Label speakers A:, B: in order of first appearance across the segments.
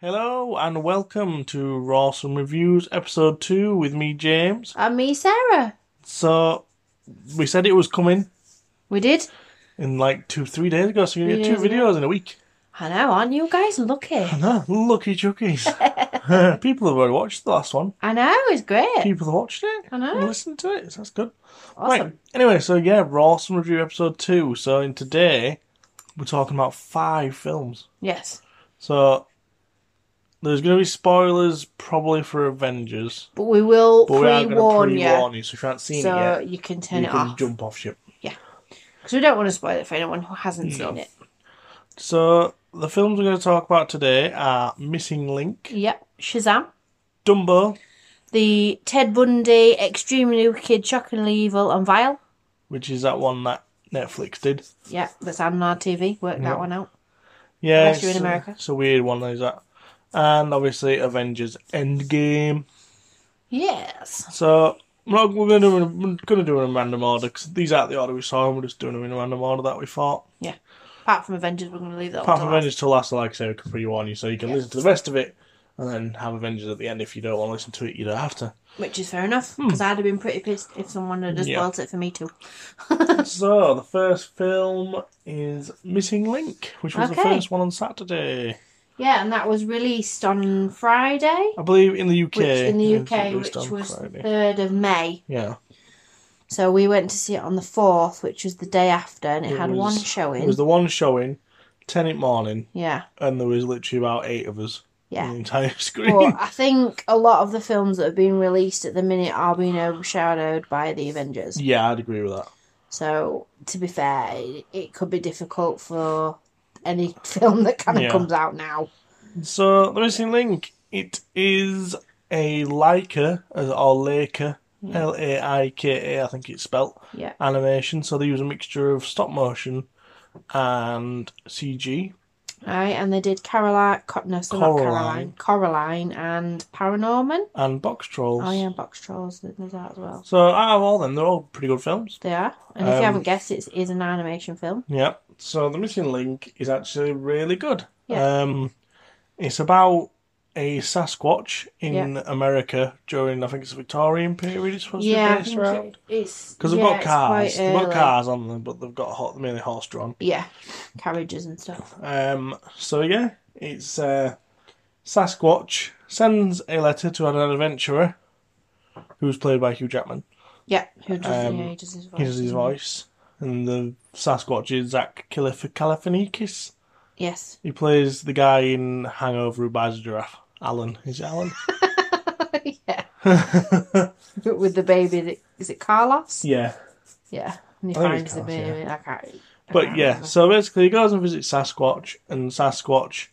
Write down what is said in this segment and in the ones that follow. A: Hello and welcome to Rawsome Reviews episode 2 with me, James.
B: And Uh, me, Sarah.
A: So, we said it was coming
B: We did.
A: in like two, three days ago, so you get
B: Three
A: two
B: days ago.
A: videos in a week.
B: I know, aren't you guys lucky?
A: No, lucky chuckies. People have already watched the last one.
B: I know, it's great.
A: People have watched it.
B: I know.
A: and listened to it, so that's good. Right.
B: Awesome.
A: Anyway, so yeah, Rawsome Review episode 2. So, in today, we're talking about five films.
B: Yes.
A: So, there's going to be spoilers probably for Avengers.
B: But we will
A: But we are
B: pre
A: going to
B: warn you.
A: pre-warn you, so if you haven't seen it
B: So
A: yet,
B: you can turn
A: you
B: it
A: can
B: off.
A: jump off ship.
B: Because we don't want to spoil it for anyone who hasn't seen it.
A: So the films we're going to talk about today are Missing Link,
B: Yep. Shazam.
A: Dumbo,
B: The Ted Bundy, Extremely Wicked, Shockingly Evil, and Vile.
A: which is that one that Netflix did.
B: Yeah, that's on our TV. Work that one out.
A: Yeah,
B: Unless you're in
A: it's, uh,
B: America.
A: It's a weird one, is that? And obviously Avengers Endgame.
B: Yes.
A: So we're not- we're going to do them in- we're going to do them in random order because these aren't the order we saw. and We're just doing them in a random order that we thought.
B: Yeah. Apart from Avengers, we're going to leave that
A: Apart
B: one.
A: from
B: to last.
A: Avengers till last, like I say, we can pre-warn you, so you can listen to the rest of it, and then have Avengers at the end if you don't want to listen to it. You don't have to.
B: Which is fair enough.
A: Hmm.
B: Because I'd have been pretty pissed if someone had just
A: Yeah.
B: spoiled it for me too.
A: So the first film is Missing Link, which was the
B: Okay.
A: first one on Saturday,
B: Yeah, and that was released on Friday.
A: I believe, in the UK.
B: which in
A: it was
B: the UK,
A: released
B: which
A: on
B: was
A: Friday.
B: third of May.
A: yeah,
B: So we went to see it on the fourth, which was the day after, and it,
A: It
B: had
A: was-
B: one showing.
A: It was the one showing, ten in the morning,
B: yeah,
A: and there was literally about eight of us on
B: yeah.
A: the entire screen.
B: But I think a lot of the films that have been released at the minute are being overshadowed by the Avengers.
A: yeah, I'd agree with that.
B: So to be fair, it, it could be difficult for any film that kind of
A: Yeah.
B: comes out now.
A: So the Missing Link, it is a Leica as- or Leica. L A I K A, I think it's spelt
B: Yeah,
A: animation. So they use a mixture of stop motion and CG,
B: right. And they did Caroline, Co- no, so
A: Coraline.
B: not Caroline, Coraline, and Paranorman.
A: and Box Trolls.
B: Oh yeah, Box Trolls. There's that as well.
A: So out of all them, they're all pretty good films.
B: They are. And if
A: Um,
B: you haven't guessed, it is an animation film.
A: Yeah. So The Missing Link is actually really good.
B: Yeah.
A: Um, it's about a Sasquatch in America during I think it's the Victorian period. It's supposed
B: Yeah,
A: to be based around.
B: it's
A: Because they've
B: yeah,
A: got
B: it's
A: cars,
B: quite
A: they've got
B: early.
A: cars on them, but they've got ho- mainly horse-drawn.
B: Yeah, carriages and stuff.
A: Um, so yeah, it's uh, Sasquatch sends a letter to an adventurer, who's played by Hugh Jackman.
B: Yeah, who does?
A: Um,
B: yeah, he does his voice.
A: He does his
B: doesn't
A: voice. And the Sasquatch is Zach Calif- Califianakis.
B: he? Yes,
A: He plays the guy in Hangover who buys a giraffe. Alan. Is it Alan?
B: yeah. But with the baby, that, is it Carlos?
A: yeah.
B: Yeah, and he
A: I think it's
B: finds the
A: Carlos, yeah.
B: baby. I can't. I
A: But
B: can't
A: yeah,
B: remember.
A: so basically he goes and visits Sasquatch, and Sasquatch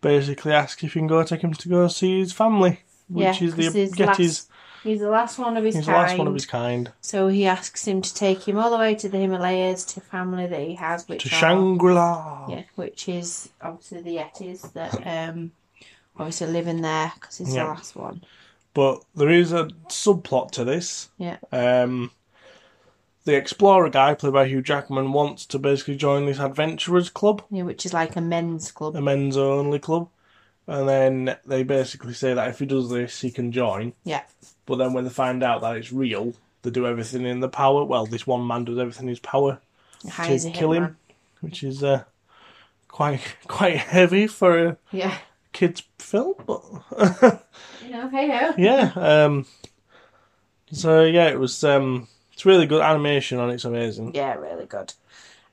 A: basically asks if he can go take him to go see his family, which
B: Yeah,
A: is the
B: 'cause his
A: Gettys.
B: last- he's the last one of his
A: He's the
B: kind.
A: last one of his kind.
B: So he asks him to take him all the way to the Himalayas to family that he has, which
A: To
B: are,
A: Shangri La.
B: yeah, which is obviously the Yetis that um obviously live in there because it's
A: Yeah.
B: the last one.
A: But there is a subplot to this.
B: Yeah.
A: Um, the explorer guy, played by Hugh Jackman, wants to basically join this adventurers club,
B: Yeah, which is like a men's club.
A: a men's only club, and then they basically say that if he does this, he can join.
B: Yeah.
A: But then when they find out that it's real, they do everything in their power. Well, this one man does everything in his power,
B: High as a
A: kill him.
B: hitman.
A: which is uh, quite quite heavy for a
B: Yeah.
A: kids' film, but.
B: You know, hey ho.
A: yeah. Um, so yeah, it was. Um, it's really good animation on. it, It's amazing.
B: Yeah, really good.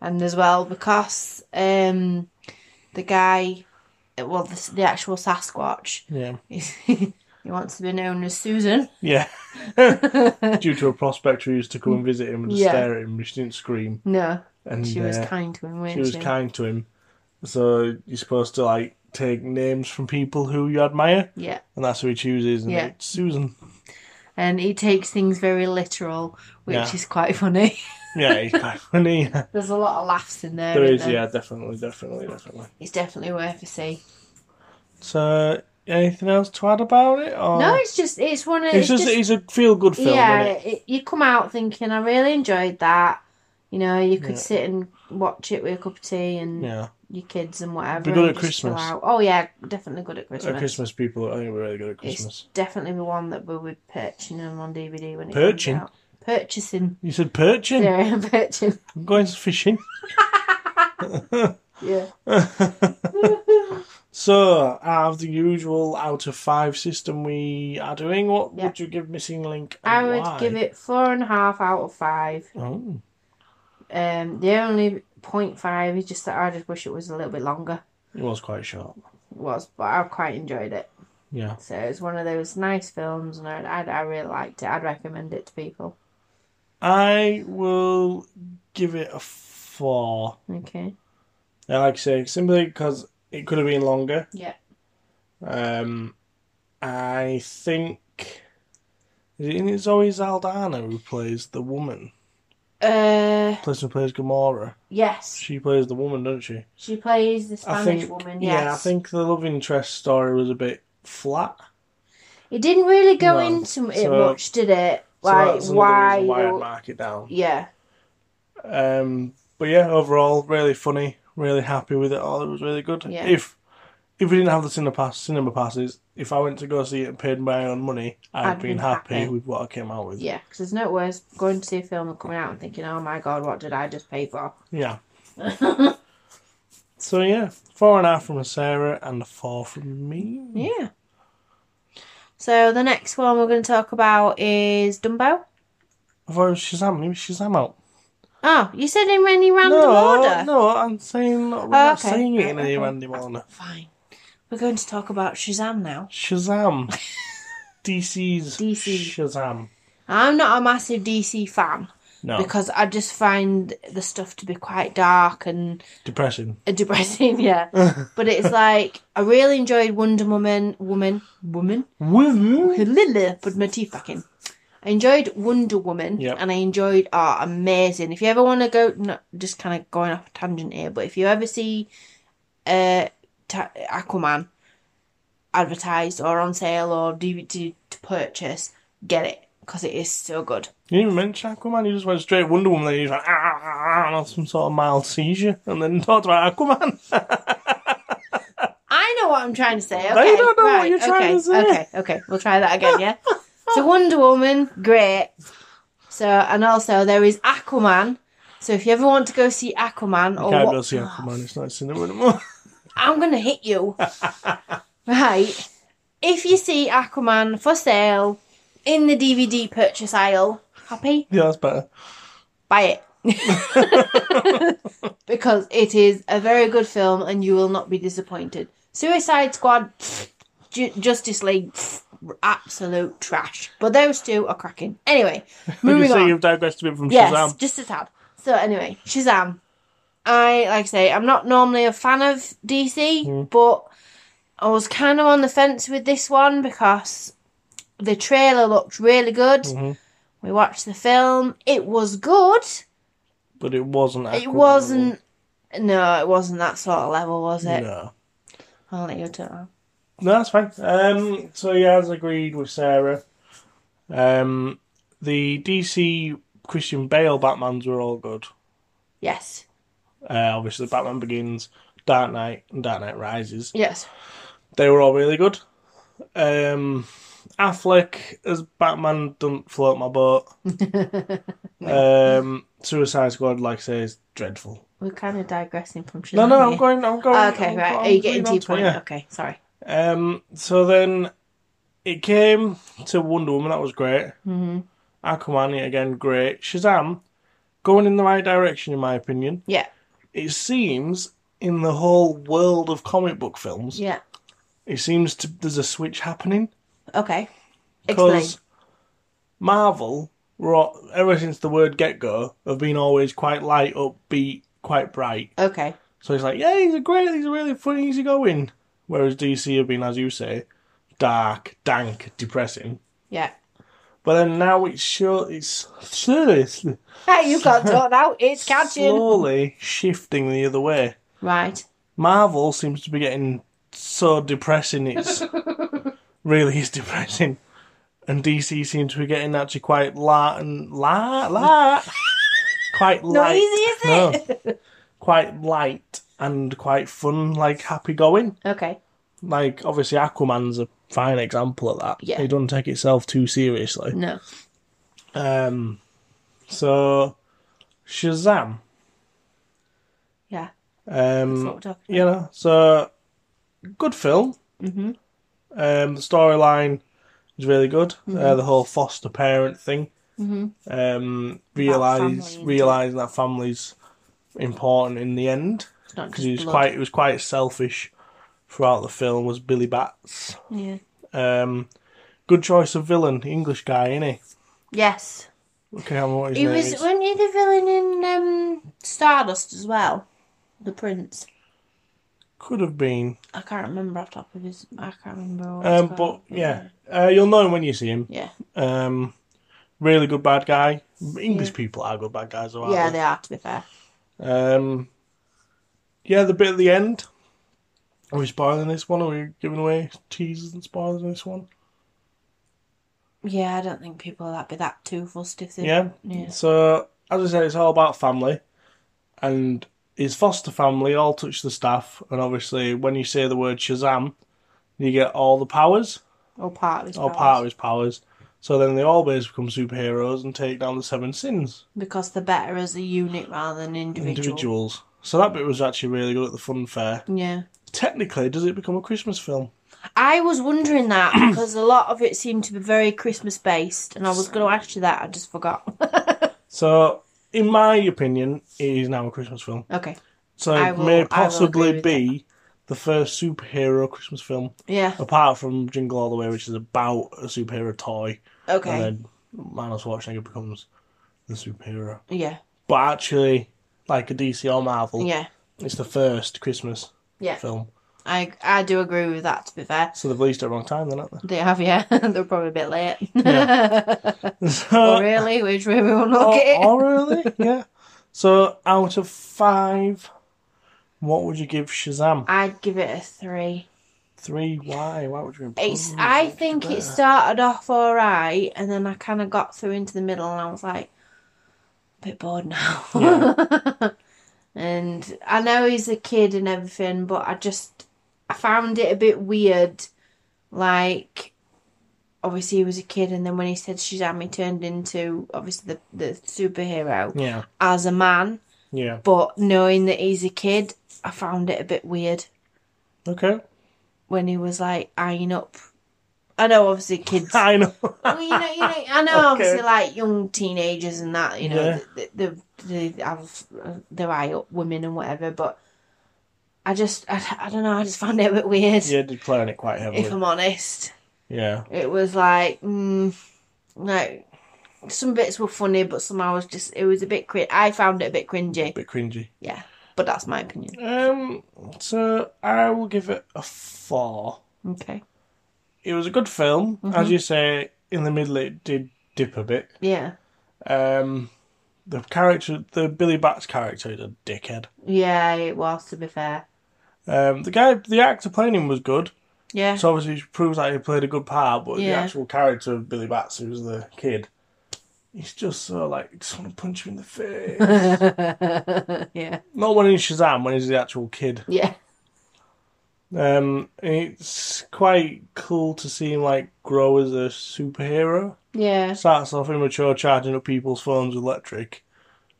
B: And as well because um the guy well the, the actual Sasquatch
A: Yeah,
B: is he wants to be known as Susan.
A: yeah. Due to a prospect who used to come and visit him and just
B: Yeah.
A: stare at him, but she didn't scream,
B: No.
A: and
B: She was
A: uh,
B: kind to him,
A: she
B: wasn't
A: was
B: she?
A: kind to him. So you're supposed to like take names from people who you admire,
B: Yeah.
A: and that's who he chooses. And
B: Yeah.
A: it's Susan.
B: And he takes things very literal, which
A: Yeah.
B: is quite funny.
A: Yeah, he's quite funny.
B: There's a lot of laughs in there.
A: there
B: isn't
A: is, yeah, definitely, definitely, definitely.
B: It's definitely worth a see.
A: So, anything else to add about it? Or
B: No, it's just it's one of
A: Oh. it's, just, it's a feel good film.
B: yeah.
A: Isn't it?
B: it- you come out thinking I really enjoyed that. You know, you could
A: Yeah.
B: sit and watch it with a cup of tea and
A: Yeah,
B: your kids and whatever.
A: Be good
B: and
A: at
B: just chill
A: Christmas.
B: out. Oh yeah, definitely good at
A: at
B: Christmas.
A: Christmas people, I think we're really good at Christmas.
B: It's definitely the one that we were purchasing them on DVD when it
A: Perching?
B: comes out. Purchasing.
A: You said perching.
B: Yeah, purchasing.
A: I'm going fishing.
B: Yeah.
A: so, out of the usual out of five system we are doing, what
B: Yeah.
A: would you give Missing Link? and
B: I would
A: why?
B: give it four and a half out of five.
A: Oh,
B: Um, the only point five is just that I just wish it was a little bit longer.
A: it was quite short.
B: It was, but I quite enjoyed it.
A: Yeah,
B: So it's one of those nice films, and I, I, I really liked it. I'd recommend it to people.
A: I will give it a four.
B: Okay.
A: Yeah, like I say, simply because it could have been longer.
B: Yeah.
A: Um, I think is it in Zoe Zaldana who plays the woman?
B: Uh,
A: Plays who plays Gamora.
B: yes.
A: She plays the woman, doesn't she?
B: She plays the
A: I
B: Spanish
A: think.
B: woman. Yes.
A: Yeah, I think the love interest story was a bit flat.
B: It didn't really go
A: No.
B: into it
A: So-
B: much, did it?
A: So
B: Like
A: that's another
B: why?
A: reason why I
B: the-
A: mark it down.
B: yeah.
A: Um, but yeah, overall, really funny. Really happy with it all. It was really good.
B: Yeah.
A: If if we didn't have the cinema pass, cinema passes, if I went to go see it and paid my own money, i had
B: I'd
A: been
B: been
A: happy,
B: happy.
A: with what I came out with.
B: Yeah, because there's no worse going to see a film and coming out and thinking, oh my god, what did I just pay for?
A: Yeah. so yeah, four and a half from Sarah and a four from me.
B: Yeah. So the next one we're going to talk about is Dumbo.
A: I thought it was Shazam. Leave Shazam out.
B: Oh, you said in any random
A: No,
B: order?
A: no, I'm saying we're not
B: okay.
A: saying it in any
B: Okay.
A: random order.
B: Fine. We're going to talk about Shazam now.
A: Shazam. DC's
B: DC.
A: Shazam.
B: I'm not a massive DC fan
A: No,
B: because I just find the stuff to be quite dark and
A: depressing.
B: depressing, yeah. but it's like I really enjoyed Wonder Woman, woman, woman,
A: Woo.
B: Lilith, put my teeth back in. I enjoyed Wonder Woman,
A: Yep.
B: and I enjoyed oh, amazing. If you ever want to go, no, just kind of going off a tangent here, but if you ever see uh, ta- Aquaman advertised or on sale or DVD to purchase, get it because it is so good.
A: You didn't even mention Aquaman. You just went straight Wonder Woman. Then you just went ah, ah, ah, and had some sort of mild seizure, and then talked about Aquaman.
B: I know what I'm trying to say. Okay,
A: you don't know what
B: right,
A: you're trying
B: okay,
A: to say.
B: Okay, okay, we'll try that again. Yeah. so Wonder Woman, great. So and also there is Aquaman. So if you ever want to go see Aquaman or
A: Can't
B: Oh, what- Ah.
A: go see Aquaman. It's not in cinema anymore.
B: I'm gonna hit you. right. If you see Aquaman for sale in the DVD purchase aisle, happy
A: yeah, that's better.
B: buy it. because it is a very good film and you will not be disappointed. Suicide Squad, pfft, Ju- Justice League, pfft, absolute trash. But those two are cracking. Anyway,
A: You
B: moving
A: say
B: on.
A: you've digressed a bit from
B: yes,
A: Shazam.
B: just a tad. So anyway, Shazam. I like I say I'm not normally a fan of DC,
A: Hmm.
B: but I was kind of on the fence with this one because the trailer looked really good.
A: Mm-hmm.
B: We watched the film; it was good.
A: But it wasn't.
B: It
A: Aquaman.
B: wasn't. No, it wasn't that sort of level, was it?
A: No.
B: I'll let you do it. now.
A: No, that's fine. Um, so yeah, as agreed with Sarah, um, the DC Christian Bale Batmans were all good.
B: Yes.
A: Uh, obviously, Batman Begins, Dark Knight, and Dark Knight Rises.
B: Yes.
A: They were all really good. Um, Affleck as Batman don't float my boat. um, Suicide Squad, like I say, is dreadful.
B: We're kind of digressing from Shazam.
A: No, no, I'm
B: here.
A: going. I'm going.
B: Okay,
A: I'm
B: right.
A: going-
B: Are you
A: I'm
B: getting
A: going
B: to
A: onto
B: your
A: it,
B: point?
A: yeah.
B: Okay, sorry.
A: Um, so then it came to Wonder Woman, that was great. Mm-hmm. Aquaman, yet again, great. Shazam, going in the right direction, in my opinion.
B: Yeah.
A: It seems in the whole world of comic book films,
B: Yeah.
A: it seems to, there's a switch happening.
B: Okay. Explain.
A: Because Marvel, were all- ever since the word get go, have been always quite light, upbeat, quite bright.
B: Okay.
A: So it's like, yeah, he's a great, he's a really funny, easygoing. Whereas DC have been, as you say, dark, dank, depressing.
B: Yeah.
A: But then now it's sure it's seriously
B: Hey, you can't talk now. It's catching.
A: slowly shifting the other way.
B: Right.
A: Marvel seems to be getting so depressing. It's really is depressing. And DC seems to be getting actually quite light and light, light, quite
B: Not
A: light,
B: easy, is it?
A: quite light and quite fun, like happy going.
B: Okay.
A: Like obviously, Aquaman's a fine example of that.
B: Yeah.
A: He doesn't take itself too seriously.
B: No.
A: Um, so Shazam.
B: Yeah. That's what
A: Um,
B: we're talking
A: you know, so good film. Mm-hmm. Um, the storyline is really good.
B: Mm-hmm.
A: Uh, the whole foster parent thing. Mm-hmm. Um, realize
B: family and-
A: realizing that family's important in the end
B: It's not
A: because
B: just
A: he was
B: blood.
A: quite he was quite selfish throughout the film. Was Billy Bats?
B: Yeah.
A: Um, good choice of villain, English guy, innit?
B: Yes.
A: Okay, I don't know what his
B: He
A: name
B: was
A: is.
B: wasn't he the villain in um, Stardust as well? The prince.
A: Could have been.
B: I can't remember off the top of his. I can't remember. What
A: Um,
B: it's
A: but
B: called.
A: yeah, uh, you'll know him when you see him.
B: Yeah.
A: Um, really good bad guy. English people are good bad guys, though, aren't
B: Yeah, they are. To be fair.
A: Um, yeah, the bit at the end. Are we spoiling this one? Are we giving away teasers and spoilers in this one?
B: Yeah, I don't think people that be that too fussed if they.
A: Yeah.
B: Yeah.
A: So, as I said, it's all about family. And his foster family all touch the staff. And obviously, when you say the word Shazam, you get all the powers,
B: Or part of his.
A: all
B: powers.
A: part of his powers. So then they all basically become superheroes and take down the seven sins.
B: Because they're better as a unit rather than individual.
A: individuals. So that bit was actually really good at the fun fair.
B: Yeah.
A: Technically, does it become a Christmas film?
B: I was wondering that because a lot of it seemed to be very Christmas based, and I was going to ask you that. I just forgot.
A: So, in my opinion, it is now a Christmas film.
B: okay.
A: So
B: I
A: it
B: will- I
A: may
B: will agree
A: possibly
B: with
A: be the first superhero Christmas film,
B: Yeah.
A: apart from Jingle All the Way, which is about a superhero toy,
B: Okay.
A: Oh, and then Arnold Schwarzenegger becomes the superhero.
B: yeah.
A: But actually, like a DC or Marvel,
B: Yeah.
A: it's the first Christmas
B: Yeah.
A: film.
B: I I do agree with that. To be fair,
A: So they've released it at the wrong time, then, haven't
B: they have. Yeah, they're probably a bit late.
A: they?
B: oh,
A: So-
B: really? Which way we will not
A: Uh, Oh,
B: get it?
A: oh, really? yeah. So, out of five, what would you give Shazam?
B: I'd give it a three.
A: Three? Why? Why would you improve?
B: It's. I think it started off all right, and then I kind of got through into the middle, and I was like, a bit bored now. and I know he's a kid and everything, but I just I found it a bit weird. Like, obviously he was a kid, and then when he said Shazam, he turned into obviously the the superhero
A: Yeah.
B: as a man.
A: Yeah.
B: But knowing that he's a kid, I found it a bit weird
A: Okay.
B: when he was like eyeing up. I know, obviously, kids.
A: I know.
B: well, you know, you know, I know,
A: Okay.
B: obviously, like young teenagers and that, you know,
A: Yeah.
B: th they, they, they have uh, their eye up women and whatever. But I just, I, I don't know, I just found it a bit weird.
A: yeah, did play on it quite heavily.
B: If I'm honest,
A: Yeah.
B: it was like, mm, like some bits were funny, but some I was just, it was a bit cringe. I found it a bit cringy.
A: bit cringy.
B: Yeah, but that's my opinion.
A: Um. So I will give it a four.
B: Okay.
A: It was a good film, as
B: Mm-hmm.
A: you say. In the middle, it did dip a bit.
B: Yeah.
A: Um, the character, the Billy Bats character, is a dickhead.
B: Yeah, it was to be fair.
A: Um, the guy, the actor playing him was good.
B: Yeah.
A: So obviously it proves that he played a good part, but the
B: Yeah.
A: actual character of Billy Bats, who's the kid, he's just so like you just want to punch him in the face.
B: yeah.
A: Not when he's Shazam, when he's the actual kid.
B: Yeah.
A: Um, it's quite cool to see him like grow as a superhero.
B: Yeah.
A: Starts off immature, charging up people's phones with electric,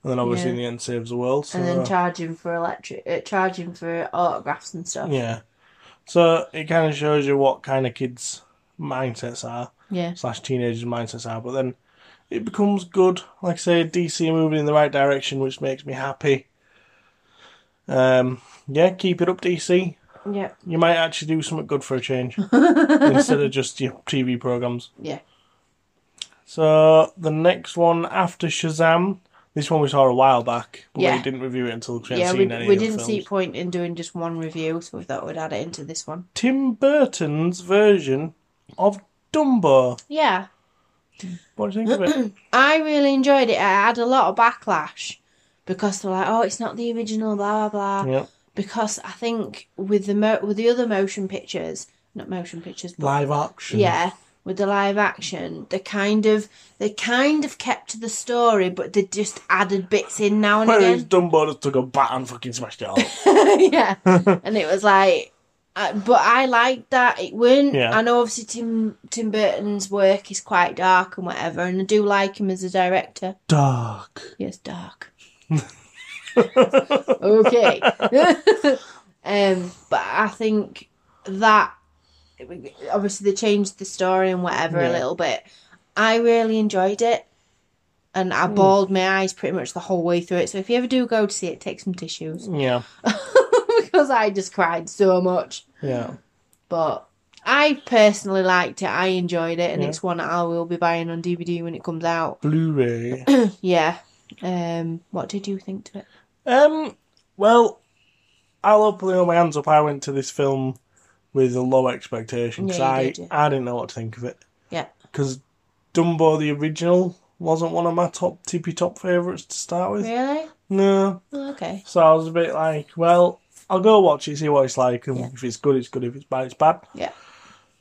A: and then obviously
B: Yeah.
A: in the end saves the world. So uh,
B: and then charging for electric, uh, charging for autographs and stuff.
A: yeah, so it kind of shows you what kind of kids' mindsets are.
B: Yeah,
A: slash teenagers' mindsets are. But then it becomes good. Like I say, DC moving in the right direction, which makes me happy. Um, yeah, keep it up, DC.
B: yeah,
A: You might actually do something good for a change instead of just your TV programs.
B: yeah.
A: So the next one after Shazam, this one we saw a while back, but
B: Yeah.
A: we didn't review it until we
B: Yeah,
A: had
B: we,
A: seen any
B: we
A: of the
B: didn't see
A: films.
B: point in doing just one review, so we thought we'd add it into this one.
A: Tim Burton's version of Dumbo.
B: Yeah,
A: What do you think of it?
B: I really enjoyed it. I had a lot of backlash because they're like, "Oh, it's not the original," blah blah blah.
A: yeah,
B: because I think with the mo- with the other motion pictures, not motion pictures, but
A: Live action.
B: yeah, with the live action, they kind of they kind of kept to the story, but they just added bits in now and
A: Whereas
B: again.
A: Dumbo just took a bat and fucking smashed it all.
B: yeah, and it was like, uh, but I liked that it weren't.
A: Yeah.
B: I know obviously Tim Tim Burton's work is quite dark and whatever, and I do like him as a director.
A: Dark.
B: Yes, dark. okay. um, but I think that obviously they changed the story and whatever
A: Yeah.
B: a little bit. I really enjoyed it. And
A: Hmm.
B: I bawled my eyes pretty much the whole way through it. So if you ever do go to see it, take some tissues
A: Yeah.
B: because I just cried so much.
A: Yeah.
B: But I personally liked it. I enjoyed it, and it's one that I will be buying on DVD when it comes out.
A: Blu-ray.
B: Yeah. Um, what did you think to it?
A: Um, well, I'll openly hold my hands up. I went to this film with a low expectation 'cause
B: Yeah, you
A: I,
B: did, yeah.
A: I didn't know what to think of it.
B: Yeah.
A: Because Dumbo, the original, wasn't one of my top tippy top favourites to start with.
B: Really?
A: No.
B: Oh, okay.
A: So I was a bit like, well, I'll go watch it, see what it's like, and
B: Yeah.
A: if it's good, it's good. If it's bad, it's bad.
B: Yeah.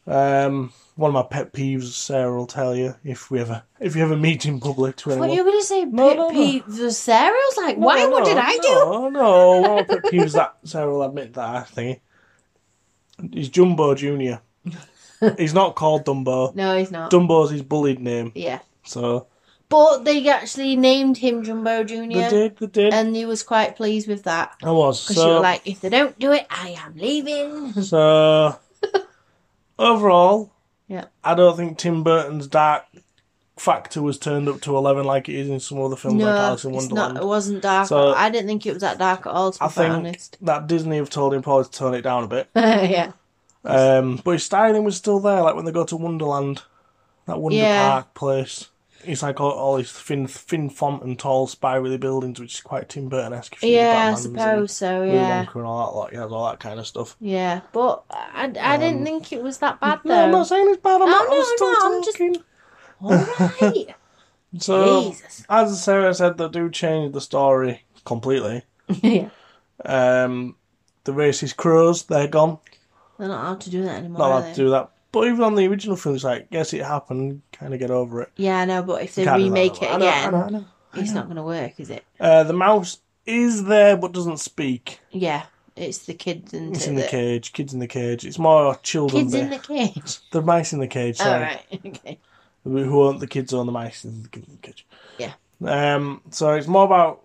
A: Um, one of my pet peeves, Sarah will tell you if we ever if you ever meet in public to anyone.
B: What you were gonna say?
A: No,
B: No,
A: no, no.
B: Sarah was like,
A: No,
B: "Why?
A: no,
B: what did I do?"
A: no, No, one of my pet peeves that Sarah will admit that I think is Jumbo Junior. He's not called Dumbo.
B: No, he's not.
A: Dumbo's his bullied name.
B: yeah,
A: So
B: but they actually named him Jumbo
A: they
B: Junior,
A: did, they did.
B: and he was quite pleased with that
A: I was
B: because you were
A: so.
B: like, "If they don't do it, I am leaving."
A: So uh, overall,
B: Yeah.
A: I don't think Tim Burton's dark factor was turned up to eleven like it is in some other films like
B: No,
A: Alice
B: it's
A: in
B: not.
A: Wonderland.
B: It wasn't dark.
A: So-
B: I didn't think it was that dark at all. To be
A: I
B: quite
A: think
B: honest.
A: that Disney have told him probably to tone it down a bit.
B: yeah,
A: Um, but his styling was still there, like when they go to Wonderland, that Wonder
B: Yeah.
A: Park place. It's like all, all this thin, thin font and tall spirally buildings, which is quite Tim Burton esque.
B: yeah. I suppose so.
A: Willy
B: Yeah,
A: Wonka and all that, lot. He has all that kind of stuff.
B: yeah. But I, I didn't think it was that bad
A: Um, No, I'm
B: though.
A: not saying it's bad. I'm,
B: No,
A: not, I'm
B: no,
A: still
B: no, I'm just-
A: talking.
B: all right.
A: So,
B: Jesus.
A: as Sarah said, they do change the story completely.
B: yeah,
A: Um, the racist crows, they're gone.
B: they're not allowed to do that anymore.
A: Not
B: are
A: allowed
B: they?
A: to do that. But even on the original film, it's like, yes, it happened, kind of get over it.
B: Yeah, I know, but if they
A: Can't do that
B: remake it
A: anymore.
B: again,
A: I know, I know, I know.
B: it's not going to work, is it?
A: Uh, the mouse is there but doesn't speak.
B: Yeah, it's the kids and
A: It's in the cage, kids in the cage. It's more children.
B: kids
A: Kids
B: in the cage.
A: the mice in the cage,
B: All
A: sorry.
B: right, okay.
A: Who who aren't the kids on the mice in the kids in the cage.
B: Yeah.
A: Um, so it's more about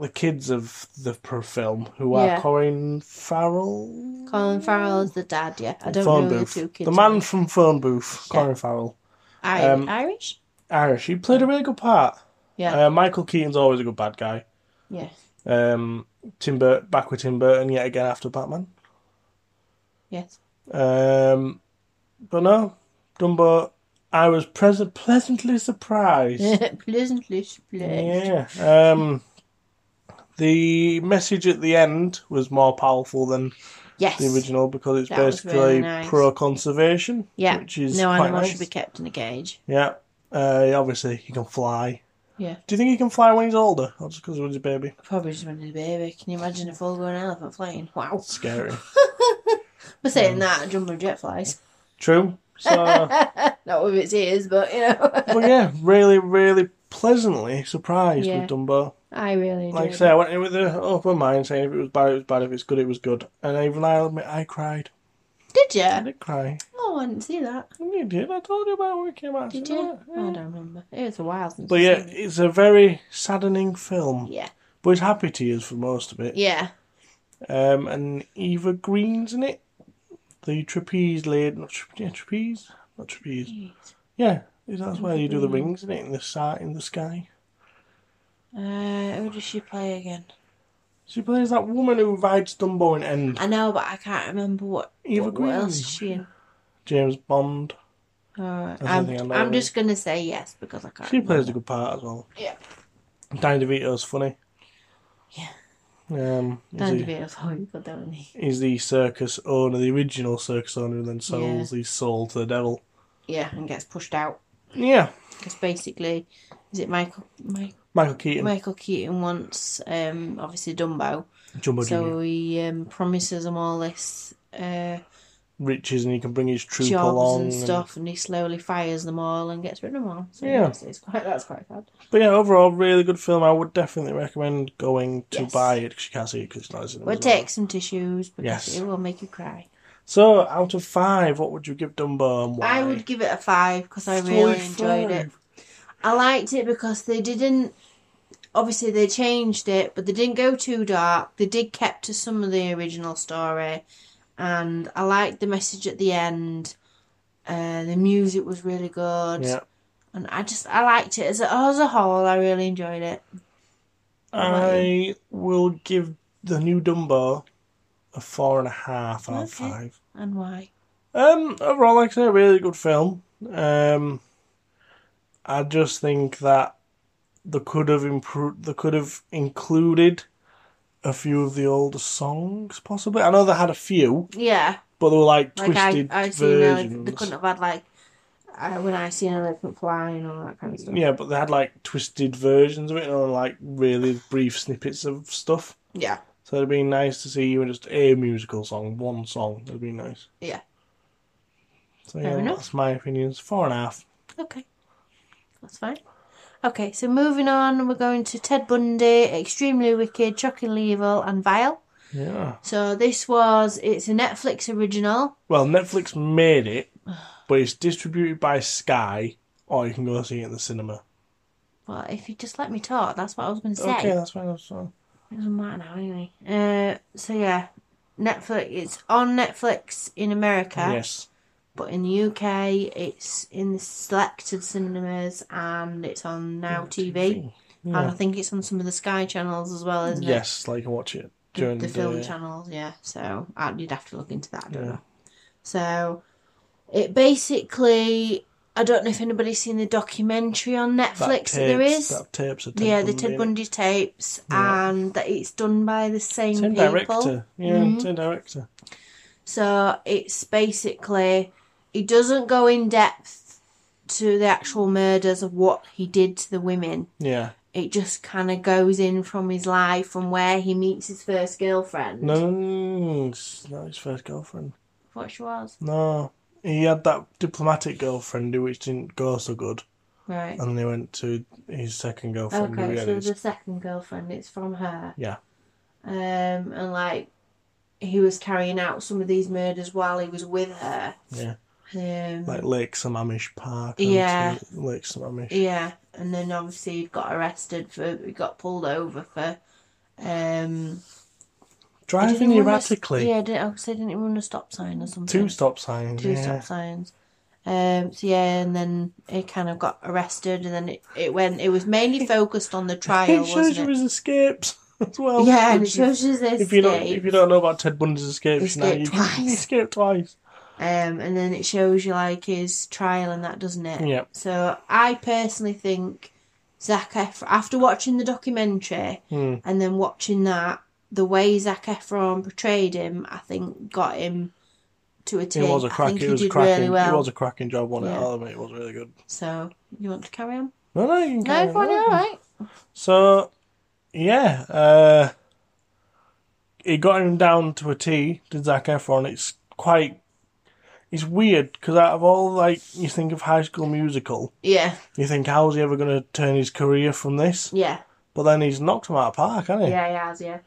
A: the kids of the pro film who are
B: Yeah.
A: Corinne Farrell.
B: Colin Farrell is the dad. Yeah, I don't know
A: Phone Booth.
B: the two kids.
A: The man from Phone Booth, Corinne Farrell.
B: Irish.
A: um,
B: Irish.
A: Irish. He played a really good part.
B: Yeah.
A: Uh, Michael Keaton's always a good bad guy.
B: Yeah,
A: Um, Tim Bur- back with Tim Burton yet again after Batman.
B: yes.
A: Um, but no, Dumbo. I was pres- pleasantly surprised.
B: Pleasantly split.
A: yeah. Um, the message at the end was more powerful than
B: Yes.
A: the original because it's
B: That was
A: basically
B: really nice.
A: pro-conservation.
B: yeah.
A: Which is
B: no
A: quite
B: animal
A: nice.
B: should be kept in a cage.
A: Yeah. Uh, obviously, he can fly.
B: Yeah.
A: Do you think he can fly when he's older, or just because he was a baby?
B: Probably just when he's a baby. Can you imagine a full-grown elephant flying? Wow.
A: Scary.
B: But saying that, jumbo jet flies.
A: True. So,
B: Not with its ears, but you know.
A: but yeah, really, really pleasantly surprised
B: Yeah.
A: with Dumbo.
B: I really
A: Like I
B: enjoyed
A: say, I went in with an open mind, saying if it was bad, it was bad. If it's good, it was good. And even I admit, I cried.
B: it. Did you?
A: I did cry.
B: Oh, I didn't see that.
A: You did. I told you about it when we came out.
B: Did
A: so,
B: you? Oh,
A: yeah.
B: I don't remember. It was a while since.
A: But
B: I've
A: yeah,
B: seen it.
A: it's a very saddening film.
B: yeah,
A: But it's happy tears for most of it.
B: yeah,
A: Um, and Eva Green's in it. The trapeze lady. Not trapeze. Yeah, trapeze. Not trapeze. Yeah, that's where you do the rings, isn't it? In the sky. In the sky.
B: Uh, who does she play again?
A: She plays that woman who rides Dumbo in End.
B: I know, but I can't remember what.
A: Eva
B: what,
A: Green.
B: what else is she in?
A: James Bond.
B: Uh,
A: the thing I
B: I'm,
A: know
B: I'm
A: of.
B: just gonna say yes because I can't.
A: She plays a good part as well.
B: Yeah.
A: Dan DeVito's funny.
B: Yeah.
A: Um, he's,
B: Dan
A: the,
B: DeVito's horrible, don't he?
A: he's the circus owner, the original circus owner, and then sells his soul to the devil.
B: Yeah, and gets pushed out
A: Yeah.
B: because basically, is it Michael? Mike?
A: Michael Keaton,
B: Michael Keaton wants, um, obviously Dumbo.
A: Jumbo
B: So
A: Jr.
B: he um, promises them all this uh,
A: riches, and he can bring his troop
B: jobs
A: along.
B: and
A: and-
B: stuff, and he slowly fires them all and gets rid of them all. So
A: Yeah.
B: it's, it's quite that's quite bad.
A: But yeah, overall, really good film. I would definitely recommend going to
B: Yes.
A: buy it because you can't see it because it's not in cinemas
B: But
A: as well.
B: take some tissues because
A: Yes.
B: it will make you cry.
A: So, out of five, what would you give Dumbo and why?
B: I would give it a five because I really
A: Five,
B: enjoyed it.
A: five.
B: I liked it because they didn't. Obviously, they changed it, but they didn't go too dark. They did kept to some of the original story, and I liked the message at the end. Uh, the music was really good,
A: Yeah.
B: and I just I liked it as a, as a whole. I really enjoyed it. about
A: I will give the new Dumbo a four and a half out of
B: Okay.
A: five.
B: And why?
A: Um, overall, like I say, a really good film. Um, I just think that they could have improved. They could have included a few of the older songs, possibly. I know they had a few,
B: Yeah,
A: but they were like
B: like I
A: twisted
B: I seen elephant, they
A: versions.
B: couldn't have had like uh, when I seen an elephant flying and all that kind of stuff.
A: Yeah, but they had like twisted versions of it, and like really brief snippets of stuff.
B: yeah.
A: So it'd been nice to see even just a musical song, one song. That'd be nice.
B: Yeah.
A: So
B: Fair
A: yeah,
B: enough.
A: that's my opinions. Four and a half.
B: Okay. That's fine. Okay, so moving on, we're going to Ted Bundy, Extremely Wicked, Shockingly Evil, and Vile.
A: Yeah.
B: So this was, it's a Netflix original.
A: Well, Netflix made it, but it's distributed by Sky, or you can go see it in the cinema.
B: Well, if you just let me talk, that's what I was going to say.
A: Okay, that's fine. That's fine.
B: It doesn't matter now, anyway. Uh, so yeah, Netflix, it's on Netflix in America,
A: Yes.
B: but in the UK, it's in the selected cinemas and it's on Now TV.
A: Yeah.
B: And I think it's on some of the Sky channels as well, isn't it?
A: Yes, like I can watch it
B: the,
A: during
B: the
A: the,
B: film
A: day.
B: channels, yeah. So I, you'd have to look into that. I don't
A: Yeah.
B: know. So it basically, I don't know if anybody's seen the documentary on
A: That
B: Netflix
A: tapes,
B: that there is.
A: That tapes of Ted
B: yeah,
A: Bundy,
B: the Ted
A: innit?
B: Bundy tapes,
A: Yeah.
B: and that it's done by the same,
A: Same
B: people.
A: director. Yeah,
B: Mhm.
A: same director.
B: So it's basically he doesn't go in depth to the actual murders of what he did to the women.
A: Yeah.
B: It just kind of goes in from his life, from where he meets his first girlfriend.
A: No, no, it's not his first girlfriend.
B: What she was.
A: No. He had that diplomatic girlfriend who which didn't go so good,
B: Right.
A: and they went to his second girlfriend. who
B: Okay,
A: he had
B: so
A: his-
B: the second girlfriend, it's from her.
A: Yeah.
B: Um, and like he was carrying out some of these murders while he was with her.
A: Yeah.
B: Um,
A: like Lake Sammamish Park. and
B: Yeah.
A: t- Lake Sammamish.
B: yeah, and then obviously he got arrested for, he got pulled over for. Um, did he
A: Driving
B: run a s-
A: erratically.
B: yeah, did, I say didn't he run a stop sign or something?
A: Two stop signs.
B: two
A: yeah.
B: stop signs. Um, so yeah, and then he kind of got arrested, and then it, it went. It was mainly focused on the trial,
A: It shows you
B: wasn't it?
A: his escapes as well.
B: yeah, and it
A: which is-
B: shows you this.
A: if you don't if you don't know about Ted Bundy's escapes
B: He
A: now, you
B: escaped twice.
A: he escaped twice.
B: Um, and then it shows you like his trial and that, doesn't it?
A: Yep.
B: So I personally think Zac Efron, after watching the documentary
A: Hmm.
B: and then watching that, the way Zac Efron portrayed him, I think got him to a
A: It
B: T.
A: was a
B: I
A: crack.
B: think
A: It
B: he
A: was
B: did
A: cracking.
B: really well.
A: It was a cracking job, wasn't
B: Yeah.
A: it? Oh, mate, it was really good.
B: So you want to carry on?
A: No, no, you can carry
B: No,
A: on.
B: fine, all right.
A: So, yeah, uh, it got him down to a T. Did Zac Efron? It's quite, it's weird because out of all like you think of High School Musical,
B: Yeah,
A: you think how's he ever going to turn his career from this?
B: yeah,
A: But then he's knocked him out of the park, hasn't he?
B: yeah, he has, yeah,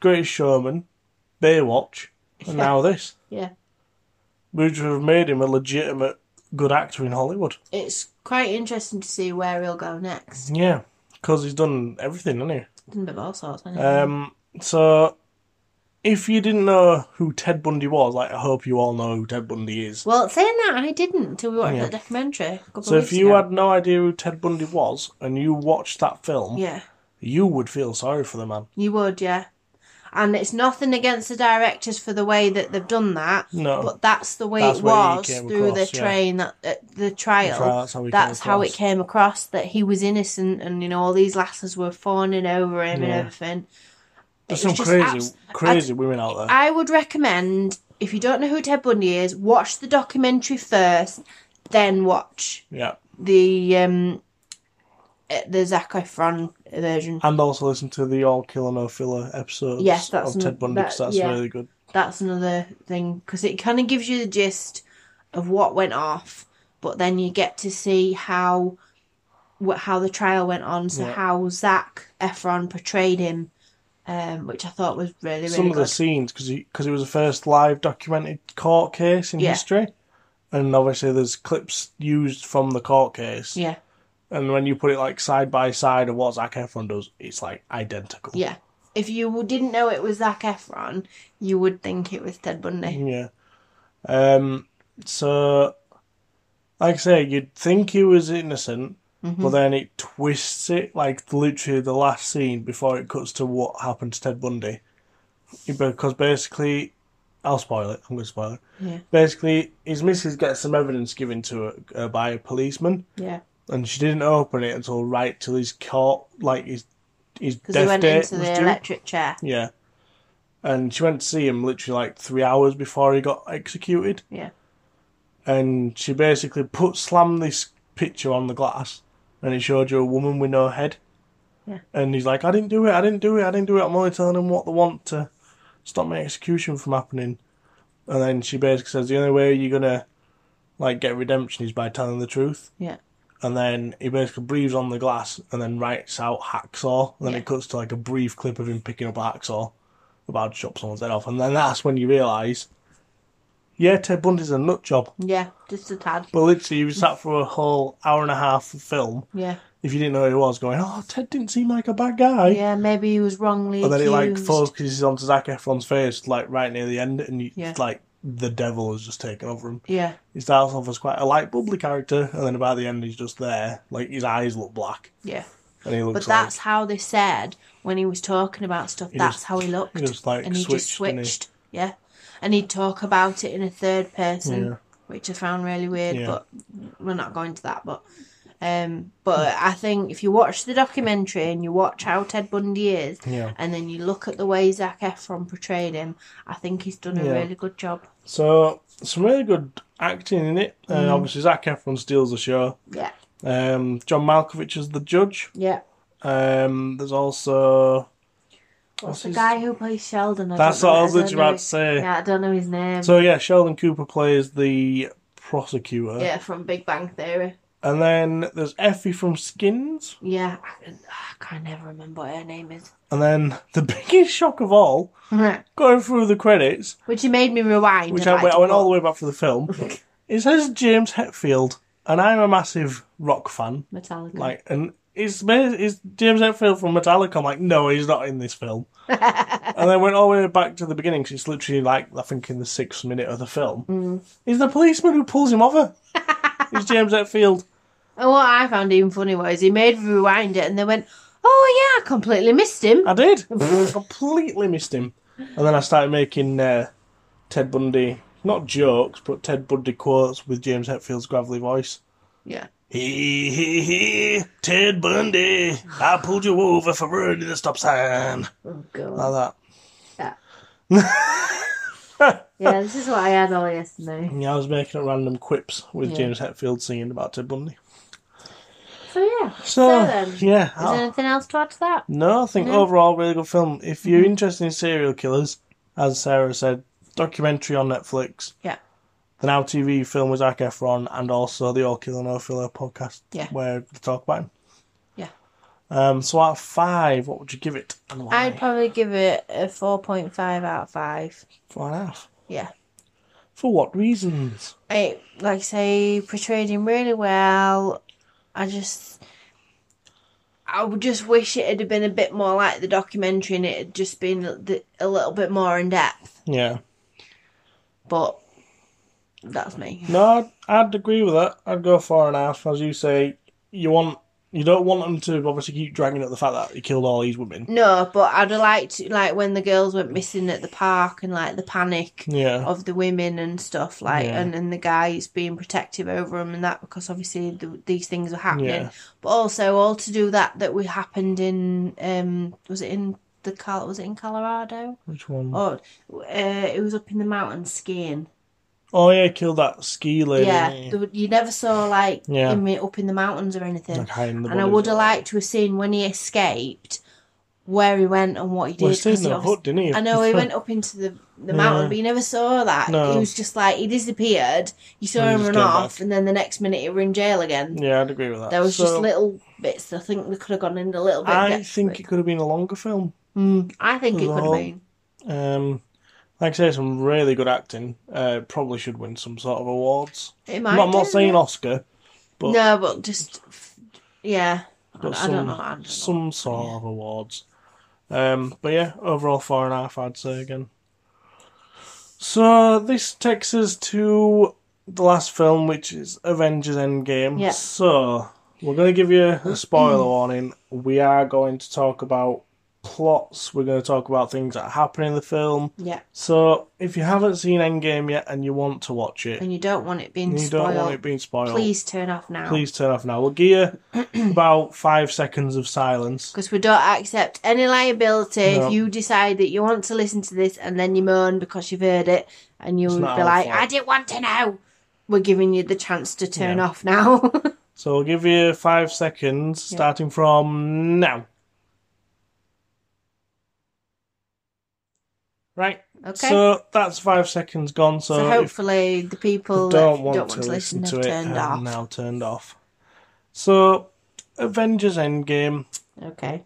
A: Greatest Showman, Baywatch, and now this,
B: yeah.
A: which would have made him a legitimate good actor in Hollywood.
B: It's quite interesting to see where he'll go next.
A: Yeah, because he's done everything, hasn't he?
B: It's a bit of all sorts. isn't it?
A: Um, so, if you didn't know who Ted Bundy was, like I hope you all know who Ted Bundy is.
B: well, saying that, I didn't until we watched
A: Yeah.
B: that documentary. A couple
A: So
B: of
A: if
B: weeks
A: you
B: ago.
A: had no idea who Ted Bundy was and you watched that film,
B: yeah.
A: you would feel sorry for the man.
B: You would, yeah. And it's nothing against the directors for the way that they've done that,
A: No,
B: but that's the way
A: That's
B: it
A: where he
B: was
A: came
B: through
A: across,
B: the
A: yeah.
B: train that that- the trial.
A: The trial, that's how he
B: that's
A: came
B: how it
A: across.
B: came across that he was innocent, and you know all these lasses were fawning over him and
A: Yeah.
B: everything.
A: there's
B: it
A: some
B: was just
A: crazy,
B: abs-
A: crazy women out there.
B: I would recommend if you don't know who Ted Bundy is, watch the documentary first, then watch
A: yeah,
B: the um uh, the Zac Efron version.
A: And also listen to the All Killer No Filler episodes
B: Yes, that's
A: of Ted
B: an-
A: Bundy
B: that-
A: 'cause that's
B: yeah.
A: really good.
B: That's another thing because it kind of gives you the gist of what went off, but then you get to see how what how the trial went on. So
A: Yeah.
B: how Zac Efron portrayed him, um, which I thought was really really
A: Some of the
B: good.
A: scenes because because it was the first live documented court case in
B: Yeah.
A: history, and obviously there's clips used from the court case.
B: Yeah,
A: And when you put it like side by side of what Zac Efron does, it's like identical.
B: yeah. If you didn't know it was Zac Efron, you would think it was Ted Bundy.
A: Yeah. Um, so, like I say, you'd think he was innocent,
B: Mm-hmm.
A: but then it twists it. Like, literally, the last scene before it cuts to what happened to Ted Bundy. Because basically, I'll spoil it. I'm going to spoil it.
B: Yeah,
A: Basically, his missus gets some evidence given to her uh, by a policeman,
B: yeah.
A: and she didn't open it until right till his court, like his his
B: Because he
A: death
B: went
A: date
B: into
A: was
B: the
A: due.
B: electric chair.
A: Yeah. And she went to see him literally like three hours before he got executed.
B: Yeah,
A: And she basically put slammed this picture on the glass and it showed you a woman with no head.
B: Yeah.
A: And he's like, I didn't do it, I didn't do it, I didn't do it. I'm only telling them what they want to stop my execution from happening. And then she basically says, The only way you're gonna like get redemption is by telling the truth.
B: yeah.
A: And then he basically breathes on the glass and then writes out hacksaw. And then
B: Yeah.
A: it cuts to like a brief clip of him picking up a hacksaw about to chop someone's head off. And then that's when you realise, yeah, Ted Bundy's a nut job.
B: Yeah, just a tad.
A: But literally, you sat for a whole hour and a half of film
B: Yeah.
A: if you didn't know who he was, going, oh, Ted didn't seem like a bad guy.
B: Yeah, maybe he was wrongly
A: And then it like
B: accused.
A: focuses onto Zac Efron's face, like right near the end, and you,
B: Yeah.
A: it's like the devil has just taken over him.
B: Yeah,
A: He starts off as quite a light, bubbly character, and then about the end, he's just there. Like his eyes look black,
B: yeah.
A: and he looks
B: But
A: like
B: that's how they said when he was talking about stuff. that's
A: just-
B: how he looked.
A: he just, like,
B: and he just
A: switched, didn't he?
B: switched. Yeah, and he'd talk about it in a third person,
A: Yeah.
B: which I found really weird.
A: Yeah.
B: But we're not going to that. But um, but I think if you watch the documentary and you watch how Ted Bundy is,
A: Yeah.
B: and then you look at the way Zac Efron portrayed him, I think he's done a
A: Yeah.
B: really good job.
A: So some really good acting in it. Uh,
B: Mm.
A: obviously, Zac Efron steals the show.
B: Yeah,
A: Um, John Malkovich is the judge.
B: yeah.
A: Um, there's also
B: What's the
A: his-
B: guy who plays Sheldon? I
A: That's
B: don't
A: what
B: know-
A: I was
B: don't
A: literally
B: know
A: about
B: his-
A: to say.
B: Yeah, I don't know his name.
A: so yeah, Sheldon Cooper plays the prosecutor,
B: yeah, from Big Bang Theory.
A: and then there's Effie from Skins,
B: Yeah, I, can, I can never remember what her name is.
A: and then the biggest shock of all, going through the credits,
B: Which he made me rewind.
A: which
B: I'd
A: I,
B: like
A: went-
B: to
A: I went oh, all the
B: put.
A: way back for the film. it says James Hetfield, and I'm a massive rock fan.
B: Metallica.
A: Like, and it's ma- it's James Hetfield from Metallica. I'm like, no, he's not in this film. and then went all the way back to the beginning 'cause it's literally like I think in the sixth minute of the film. He's the policeman who pulls him over. He's James Hetfield.
B: and what I found even funny was he made me rewind it and they went, oh yeah, I completely missed him.
A: I did completely missed him. And then I started making uh, Ted Bundy not jokes, but Ted Bundy quotes with James Hetfield's gravelly voice.
B: yeah.
A: He he he, Ted Bundy, I pulled you over for running the stop sign.
B: Oh, God.
A: Like that.
B: yeah, this is what I had all yesterday.
A: Yeah, I was making up random quips with
B: Yeah.
A: James Hetfield singing about Ted Bundy.
B: So, yeah.
A: So,
B: then,
A: yeah.
B: Is there anything else to add to that?
A: No, I think
B: No? Mm-hmm.
A: overall really good film. If you're interested in serial killers, as Sarah said, documentary on Netflix.
B: Yeah.
A: The Now TV film with Zac Efron and also the All Killer No Filler podcast
B: Yeah.
A: where they talk about him.
B: Yeah.
A: Um, so out of five, what would you give it? And why?
B: I'd probably give it a 4.5 out of 5.
A: Four and a half.
B: Yeah.
A: For what reasons?
B: it like I say portrayed him really well. I just I would just wish it had been a bit more like the documentary and it had just been a th- a little bit more in depth.
A: Yeah.
B: But that's me.
A: No, I'd, I'd agree with that. I'd go four and a half. As you say, you want you don't want them to obviously keep dragging up the fact that he killed all these women.
B: No, but I'd like to like when the girls went missing at the park and like the panic
A: Yeah.
B: of the women and stuff like
A: Yeah.
B: and, and the guys being protective over them and that because obviously the, these things were happening
A: Yeah.
B: but also all to do that that we happened in um was it in the Col- was it in Colorado
A: Mm. Which one?
B: or uh, it was up in the mountains skiing
A: Oh yeah, he killed that ski lady.
B: yeah,
A: didn't he?
B: there were- you never saw like
A: Yeah.
B: him up in the mountains or anything.
A: Like hiding the
B: and I
A: bodies.
B: would have liked to have seen when he escaped where he went and what he did.
A: Well, he stayed
B: 'cause
A: in
B: he
A: the
B: obviously-
A: hut, didn't he?
B: I know he went up into the, the mountain,
A: Yeah.
B: but you never saw that.
A: No.
B: He was just like he disappeared. You saw
A: And he
B: him
A: just
B: run
A: came
B: off,
A: back.
B: and then the next minute he were in jail again.
A: yeah, I'd agree with that.
B: There was just
A: So,
B: little bits. I think we could have gone in a little bit.
A: I
B: depth
A: think
B: with.
A: it could have been a longer film.
B: Mm, I think it could have
A: Long.
B: been.
A: Um, like I say, some really good acting. Uh, probably should win some sort of awards.
B: It might.
A: I'm not, I'm not
B: do,
A: saying
B: yeah.
A: Oscar, but-
B: no, but just yeah. I,
A: but
B: I
A: some
B: don't know. I don't know.
A: some sort of awards. Um, but yeah, overall four and a half, I'd say again. So this takes us to the last film, which is Avengers Endgame.
B: Yeah.
A: So we're going to give you a spoiler warning. We are going to talk about plots. We're going to talk about things that happen in the film.
B: Yeah,
A: So if you haven't seen Endgame yet and you want to watch it,
B: and you don't want it being
A: and you
B: spoiled.
A: don't want it being spoiled,
B: Please turn off now.
A: please turn off now. We'll give you about five seconds of silence.
B: Because we don't accept any liability
A: No.
B: if you decide that you want to listen to this and then you moan because you've heard it and you'll
A: It's
B: be
A: not our
B: like,
A: fault.
B: I didn't want to know. We're giving you the chance to turn
A: Yeah.
B: off now.
A: So I'll give you five seconds
B: Yeah.
A: starting from now. Right.
B: okay. So,
A: So that's five seconds gone. So, if
B: hopefully the
A: you
B: people
A: don't
B: that
A: want,
B: don't
A: to,
B: want to
A: listen
B: listen
A: to
B: have
A: it,
B: turned
A: and
B: off.
A: now turned off. So Avengers Endgame.
B: Okay.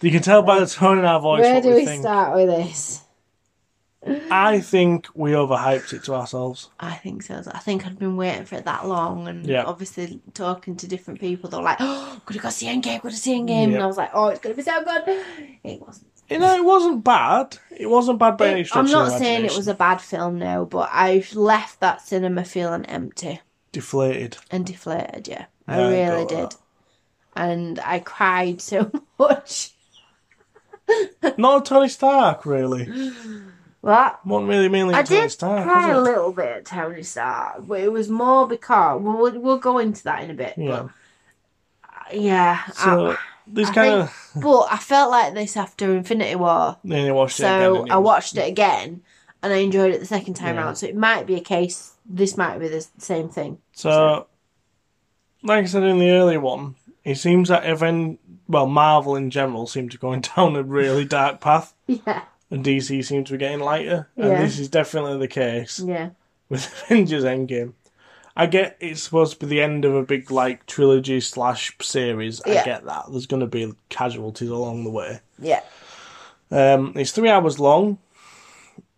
A: You can tell by the tone in our voice
B: Where
A: what
B: do
A: we,
B: we
A: think.
B: start with this?
A: I think we overhyped it to ourselves.
B: I think so. I think I'd been waiting for it that long, and
A: Yeah.
B: obviously talking to different people, they were like, "Oh, could have got to end game, could have seen game,"
A: Yep.
B: and I was like, "Oh, it's gonna be so good." It wasn't.
A: You know, it wasn't bad. It wasn't bad by any
B: It-
A: stretch
B: I'm
A: of
B: not
A: the
B: saying it
A: imagination.
B: was a bad film, no, but I left that cinema feeling empty
A: deflated.
B: and deflated. Yeah, I
A: Yeah, I
B: really
A: got
B: did,
A: that.
B: and I cried so much.
A: Not a Tony Stark, really.
B: What?
A: Wasn't really mainly a
B: I
A: Tony
B: did
A: Stark. was
B: cry
A: it?
B: a little bit at Tony Stark, but it was more because we'll, we'll, we'll go into that in a bit.
A: Yeah.
B: But yeah.
A: So
B: I-
A: this
B: I
A: kind of
B: but I felt like this after Infinity War,
A: then you watched it again.
B: so
A: and it
B: I
A: was-
B: watched it again and I enjoyed it the second time
A: Yeah.
B: round. So it might be a case. This might be the same thing.
A: So, like I said in the earlier one, it seems that even well, Marvel in general seem to be going down a really dark path,
B: Yeah,
A: and DC seems to be getting lighter. And
B: Yeah.
A: this is definitely the case
B: yeah,
A: with Avengers Endgame. I get it's supposed to be the end of a big like trilogy slash series. I
B: Yeah.
A: get that. There's going to be casualties along the way.
B: yeah.
A: Um, it's three hours long.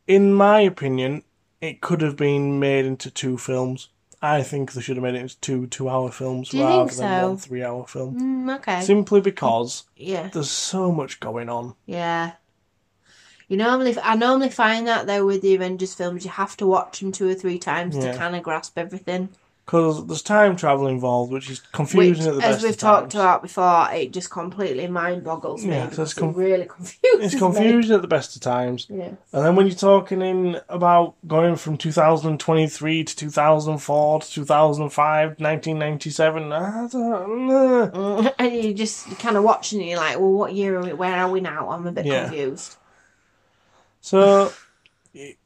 A: In my opinion, it could have been made into two films. I think they should have made it into two two-hour films
B: Do you
A: rather
B: think
A: than
B: so?
A: one three-hour film.
B: Mm, okay.
A: Simply because
B: yeah,
A: there's so much going on.
B: yeah. You normally, I normally find that though with the Avengers films, you have to watch them two or three times
A: Yeah.
B: to kind of grasp everything.
A: Because there's time travel involved, which is confusing
B: Which,
A: at the best
B: as we've
A: of times.
B: talked about before, it just completely mind boggles me.
A: Yeah, so
B: because
A: it's conf-
B: it really confuses
A: It's
B: me.
A: confusing at the best of times.
B: Yeah.
A: And then when you're talking in about going from 2023 to 2004 to 2005, 1997, I don't know.
B: Mm, and you're just kind of watching it, you're like, well, what year are we? Where are we now? I'm a bit
A: Yeah.
B: confused.
A: So it,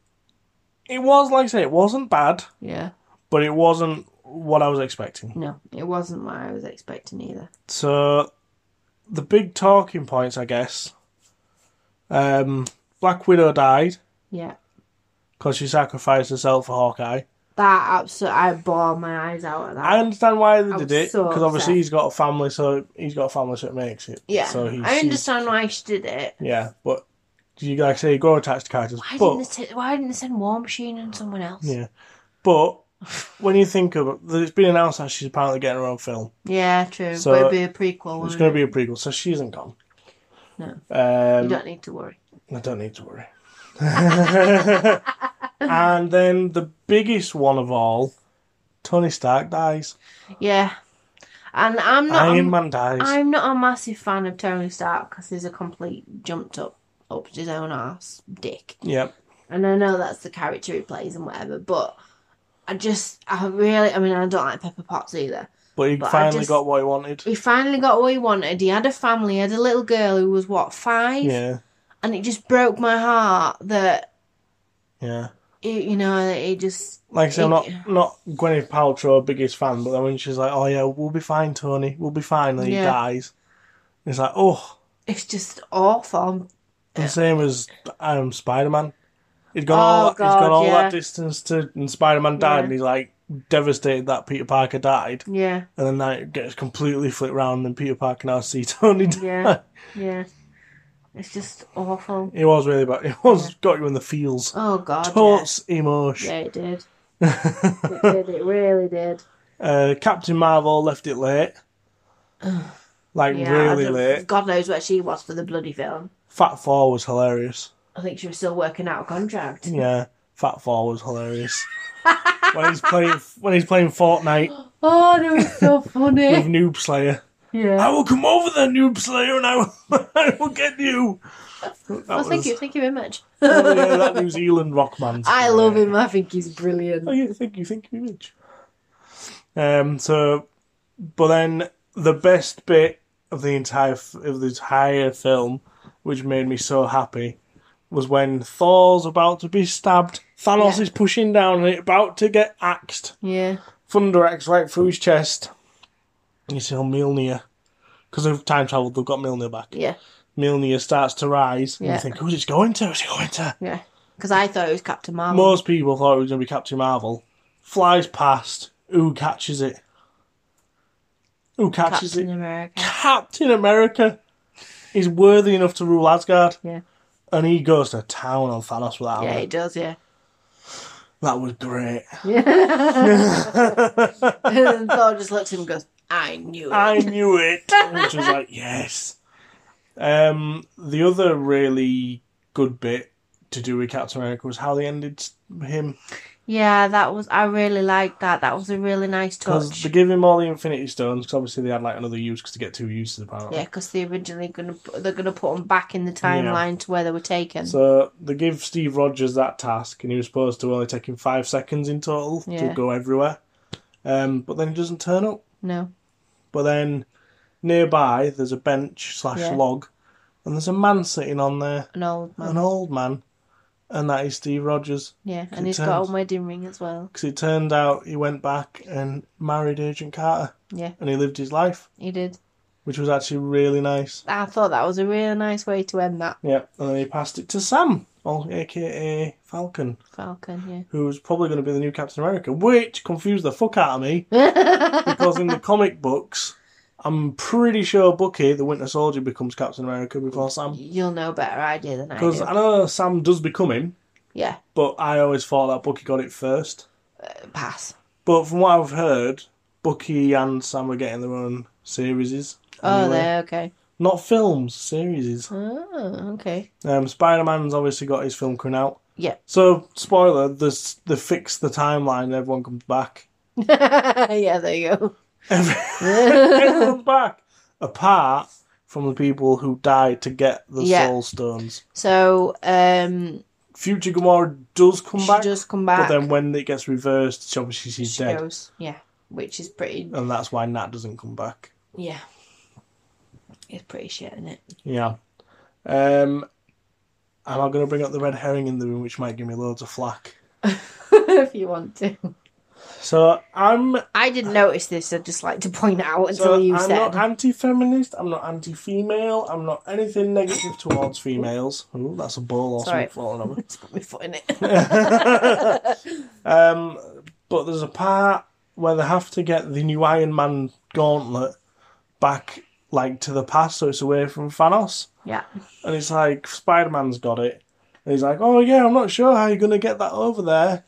A: it was like I say, it wasn't bad,
B: Yeah.
A: but it wasn't what I was expecting.
B: No, it wasn't what I was expecting either.
A: So the big talking points, I guess. Um, Black Widow died
B: Yeah.
A: because she sacrificed herself for Hawkeye.
B: That absolutely, I bore my eyes out at that.
A: I understand why they
B: I
A: did
B: was
A: it
B: so
A: because obviously
B: upset.
A: he's got a family, so he's got a family, so it makes it.
B: yeah.
A: So he,
B: I
A: she-
B: understand why she did it.
A: Yeah, but you like I say, you grow attached to characters,
B: Why
A: but
B: didn't they t- Why didn't they send War Machine and someone else?
A: Yeah. but when you think of it, it's been announced that she's apparently getting her own film.
B: Yeah, true.
A: So,
B: but it'd be a prequel.
A: It's
B: wouldn't
A: going to
B: it?
A: be a prequel, so she isn't gone.
B: No. You
A: Um,
B: don't need to worry.
A: I don't need to worry. and then the biggest one of all, Tony Stark dies.
B: Yeah. And I'm not.
A: Iron
B: a-
A: Man dies.
B: I'm not a massive fan of Tony Stark because he's a complete jumped up, up to his own ass dick.
A: Yep.
B: and I know that's the character he plays and whatever, but I just, I really, I mean, I don't like Pepper Potts either.
A: But he
B: But I
A: finally
B: just-
A: got what he wanted.
B: He finally got what he wanted. He had a family, he had a little girl who was what five,
A: Yeah.
B: and it just broke my heart that
A: Yeah.
B: He, you know, that he just
A: Like I say, I'm not
B: Yeah.
A: not Gwyneth Paltrow biggest fan, but then when she's like, "Oh yeah, we'll be fine, Tony, we'll be fine," and he
B: Yeah.
A: dies, it's like, "Oh,
B: it's just awful.
A: the same as um, Spider Man." He'd gone
B: Oh,
A: all that, he's
B: God,
A: gone all
B: yeah.
A: that distance to, and Spider Man died,
B: Yeah.
A: and he's like devastated that Peter Parker died,
B: Yeah,
A: and then that gets completely flipped round, and Peter Parker now see Tony. die.
B: yeah, yeah. It's just awful.
A: He was really bad. He was got you in the feels.
B: Oh god. yeah.
A: Tots emotion.
B: Yeah, it did. it did. It really did.
A: Uh, Captain Marvel left it late. Like
B: Yeah, I
A: really
B: don't-
A: late.
B: God knows where she was for the bloody film.
A: Fat Four was hilarious.
B: I think she was still working out a contract.
A: Yeah, Fat Four was hilarious. when he's playing when he's playing Fortnite
B: Oh, that was so
A: with
B: funny. Oh,
A: Noob Slayer. I
B: yeah.
A: will come over there, Noob Slayer, and I will I will get you. That
B: Well, thank
A: was-
B: you. Thank you very much.
A: Oh, yeah, that New Zealand rock man.
B: I love him. I think he's
A: Oh,
B: brilliant.
A: yeah, thank you, thank you, Mitch. Um, so, but then the best bit of the entire f- of the entire film, which made me so happy, was when Thor's about to be stabbed. Thanos
B: Yeah.
A: is pushing down and about to get axed.
B: Yeah.
A: Thunder axe right through his chest. And you see how Mjolnir, because of time travel, they've got Mjolnir back.
B: Yeah.
A: Mjolnir starts to rise, and
B: Yeah.
A: you think, "Who's it going to? Who's it going to?"
B: Yeah. Because I thought it was Captain Marvel.
A: Most people thought it was going to be Captain Marvel. Flies past. Who catches it? Who catches
B: Captain
A: it?
B: America.
A: Captain America is worthy enough to rule Asgard.
B: Yeah.
A: And he goes to town on Thanos with that.
B: Yeah,
A: hammer.
B: it does. Yeah.
A: That was great.
B: and Thor just looks at him and goes, "I knew it."
A: I knew it. Which was like, yes. Um, the other really good bit to do with Captain America was how they ended him.
B: yeah, that was. I really liked that. That was a really nice
A: Because
B: touch.
A: they give him all the Infinity Stones, because obviously they had like another use, because they get two uses apparently.
B: Yeah, because they originally gonna put, they're gonna put them back in the timeline to where they were taken.
A: So they give Steve Rogers that task, and he was supposed to only take him five seconds in total
B: Yeah.
A: to go everywhere. Um, but then he doesn't turn up.
B: no,
A: But then nearby, there's a bench slash
B: Yeah.
A: log, and there's a man sitting on there,
B: an old man.
A: an old man, and that is Steve Rogers.
B: yeah,
A: Good
B: and he's got
A: times.
B: a wedding ring as well.
A: Because it turned out he went back and married Agent Carter,
B: Yeah,
A: and he lived his life,
B: he did.
A: which was actually really nice.
B: I thought that was a really nice way to end that
A: Yeah, and then he passed it to Sam, or aka Falcon.
B: Falcon.
A: who's probably going to be the new Captain America, which confused the fuck out of me
B: Yeah.
A: because in the comic books, I'm pretty sure Bucky, the Winter Soldier, becomes Captain America before Sam.
B: You'll know a better idea than I
A: Because
B: do.
A: I know Sam does become him,
B: Yeah,
A: but I always thought that Bucky got it first.
B: pass.
A: But from what I've heard, Bucky and Sam are getting their own series.
B: Oh,
A: anyway.
B: there. Okay.
A: Not films, series.
B: Oh, okay.
A: Um, Spider Man's obviously got his film coming out.
B: Yeah.
A: So, spoiler, there's- they fix the timeline and everyone comes back.
B: yeah, there you go.
A: Everyone's back, apart from the people who died to get the
B: Yeah.
A: Soul Stones.
B: So, um,
A: Future Gamora does come
B: she
A: back,
B: does come
A: but
B: back.
A: then when it gets reversed, she obviously she's
B: she
A: dead,
B: goes. Yeah, which is pretty.
A: and that's why Nat doesn't come back.
B: Yeah, it's pretty shit, isn't it?
A: Yeah. Um, am I going to bring up the red herring in the room, which might give me loads of flack?
B: if you want to.
A: So I'm
B: I didn't notice this. I'd just like to point it out until
A: so
B: you
A: I'm
B: said.
A: not anti-feminist. I'm not anti-female. I'm not anything negative towards females. Ooh, that's a ball or
B: Sorry.
A: something falling over.
B: Just put my foot in it.
A: Um, but there's a part where they have to get the new Iron Man gauntlet back, like to the past, so it's away from Thanos.
B: yeah.
A: And it's like Spider Man's got it, and he's like, "Oh yeah, I'm not sure how you're gonna get that over there."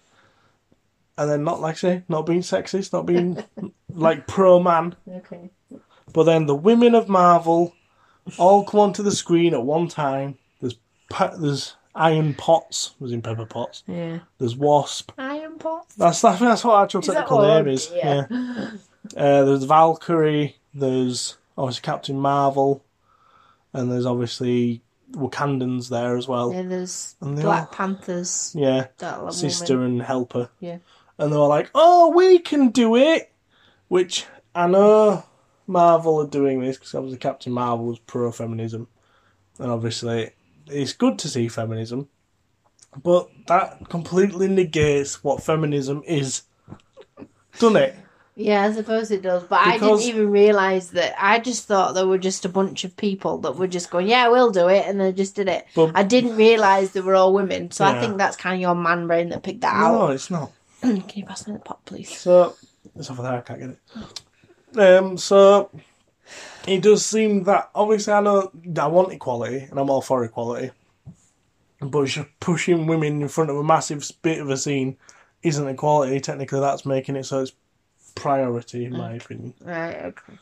A: And then not like I say, not being sexist, not being like pro man,
B: Okay.
A: but then the women of Marvel all come onto the screen at one time. There's pa- there's Iron Pots, was in Pepper Pots.
B: Yeah.
A: There's Wasp.
B: Iron pot.
A: That's that's, that's what actual
B: that
A: technical
B: what-
A: name is.
B: yeah.
A: Yeah. Uh, there's Valkyrie. There's obviously Captain Marvel, and there's obviously Wakandans there as well. Yeah,
B: Yeah, there's
A: And they
B: Black Panthers. That little
A: sister
B: woman.
A: and helper.
B: Yeah.
A: And they were like, "Oh, we can do it," which I know Marvel are doing this because obviously Captain Marvel was pro-feminism, and obviously it's good to see feminism. But that completely negates what feminism is, doesn't it?
B: Yeah, I suppose it does. But I
A: Because-
B: didn't even realise that. I just thought there were just a bunch of people that were just going, yeah, we'll do it. And they just did it.
A: But-
B: I didn't realise they were all women. So
A: Yeah.
B: I think that's kind of your man brain that picked that
A: No,
B: out.
A: it's not.
B: Can you pass me the pot, please?
A: So it's over there. I can't get it. Um. So it does seem that obviously I know I want equality and I'm all for equality, but just pushing women in front of a massive bit of a scene isn't equality. Technically, that's making it so it's priority in
B: Mm.
A: my opinion.
B: Right, okay.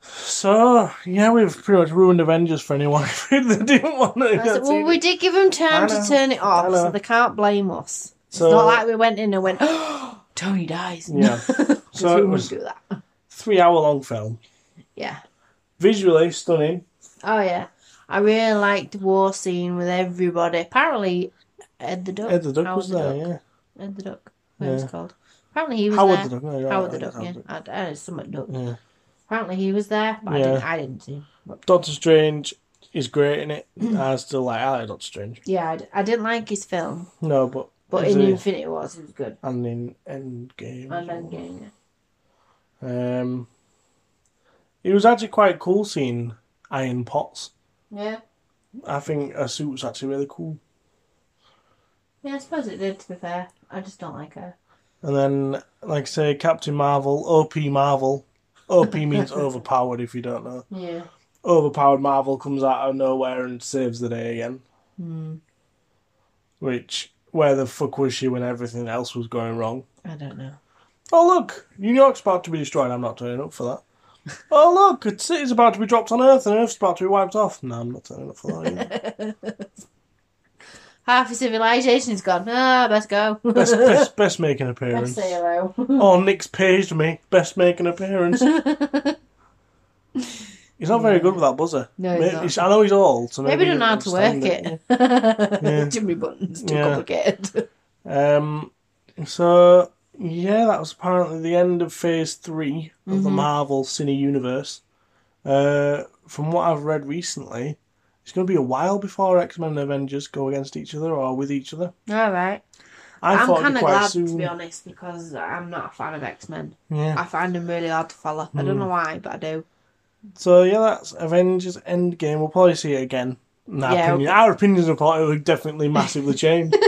A: So yeah, we've pretty much ruined Avengers for anyone that didn't want to.
B: I said, well, we did give them time
A: I
B: to
A: know,
B: turn it
A: I
B: off,
A: know.
B: so they can't blame us. It's
A: So-
B: not like we went in and went, oh, Tony dies.
A: Yeah.
B: 'Cause
A: So
B: we
A: it
B: wouldn't
A: was
B: do that.
A: three hour long film,
B: Yeah.
A: visually stunning.
B: Oh, yeah. I really liked the war scene with everybody. Apparently, Ed the Duck.
A: Ed the Duck
B: Oh, Howard
A: was
B: the
A: there,
B: Duck.
A: yeah.
B: Ed the Duck. What it was
A: Yeah.
B: called. Apparently he was
A: Howard
B: there.
A: the Duck, no, you're
B: Howard
A: right,
B: the
A: it's
B: Duck. Yeah,
A: Howard the
B: I, I, it's something duck.
A: Duck. Yeah.
B: Apparently he was there, but I,
A: Yeah.
B: didn't, I didn't see him. But
A: Doctor Strange is great in it.
B: Hmm.
A: I still like I like Doctor Strange.
B: yeah, I d- I, didn't like his film,
A: No, but
B: but
A: is
B: in
A: he-
B: Infinity Wars he was good.
A: and in Endgame.
B: And
A: as
B: Endgame, yeah.
A: well. Um, it was actually quite cool seeing Iron Pots.
B: yeah,
A: I think her suit's actually really cool.
B: yeah, I suppose it did. To be fair, I just don't like her.
A: And then, like I say, Captain Marvel, OP Marvel. OP means overpowered. If you don't know,
B: Yeah,
A: overpowered Marvel comes out of nowhere and saves the day again.
B: Hmm.
A: Which where the fuck was she when everything else was going wrong?
B: I don't know.
A: Oh look, New York's about to be destroyed. I'm not turning up for that. oh look, a city's about to be dropped on Earth, and Earth's about to be wiped off. No, I'm not turning up for that. Either.
B: Half of civilization's gone. Ah, best go.
A: best, best, best make an appearance.
B: say hello.
A: Oh, Nick's paged me. Best make an appearance. he's not very good with that buzzer.
B: No, he's
A: Maybe-
B: not.
A: I know he's old, so maybe,
B: Maybe
A: he
B: don't know how to
A: doesn't
B: work
A: understand
B: it.
A: Yeah.
B: Too many buttons. Too
A: Yeah.
B: complicated.
A: it. Um, so yeah, that was apparently the end of Phase Three of
B: Mm-hmm.
A: the Marvel Cine Universe. Uh, from what I've read recently, it's going to be a while before X Men and Avengers go against each other or with each other.
B: All right.
A: I
B: I'm
A: thought it'd
B: kind
A: be
B: of
A: quite
B: glad
A: soon.
B: to be honest because I'm not a fan of X Men.
A: Yeah.
B: I find them really hard to follow. I
A: Hmm.
B: don't know why, but I do.
A: So yeah, that's Avengers Endgame. We'll probably see it again. And Our,
B: Yeah,
A: opinion, our opinions on it will definitely massively change.
B: Be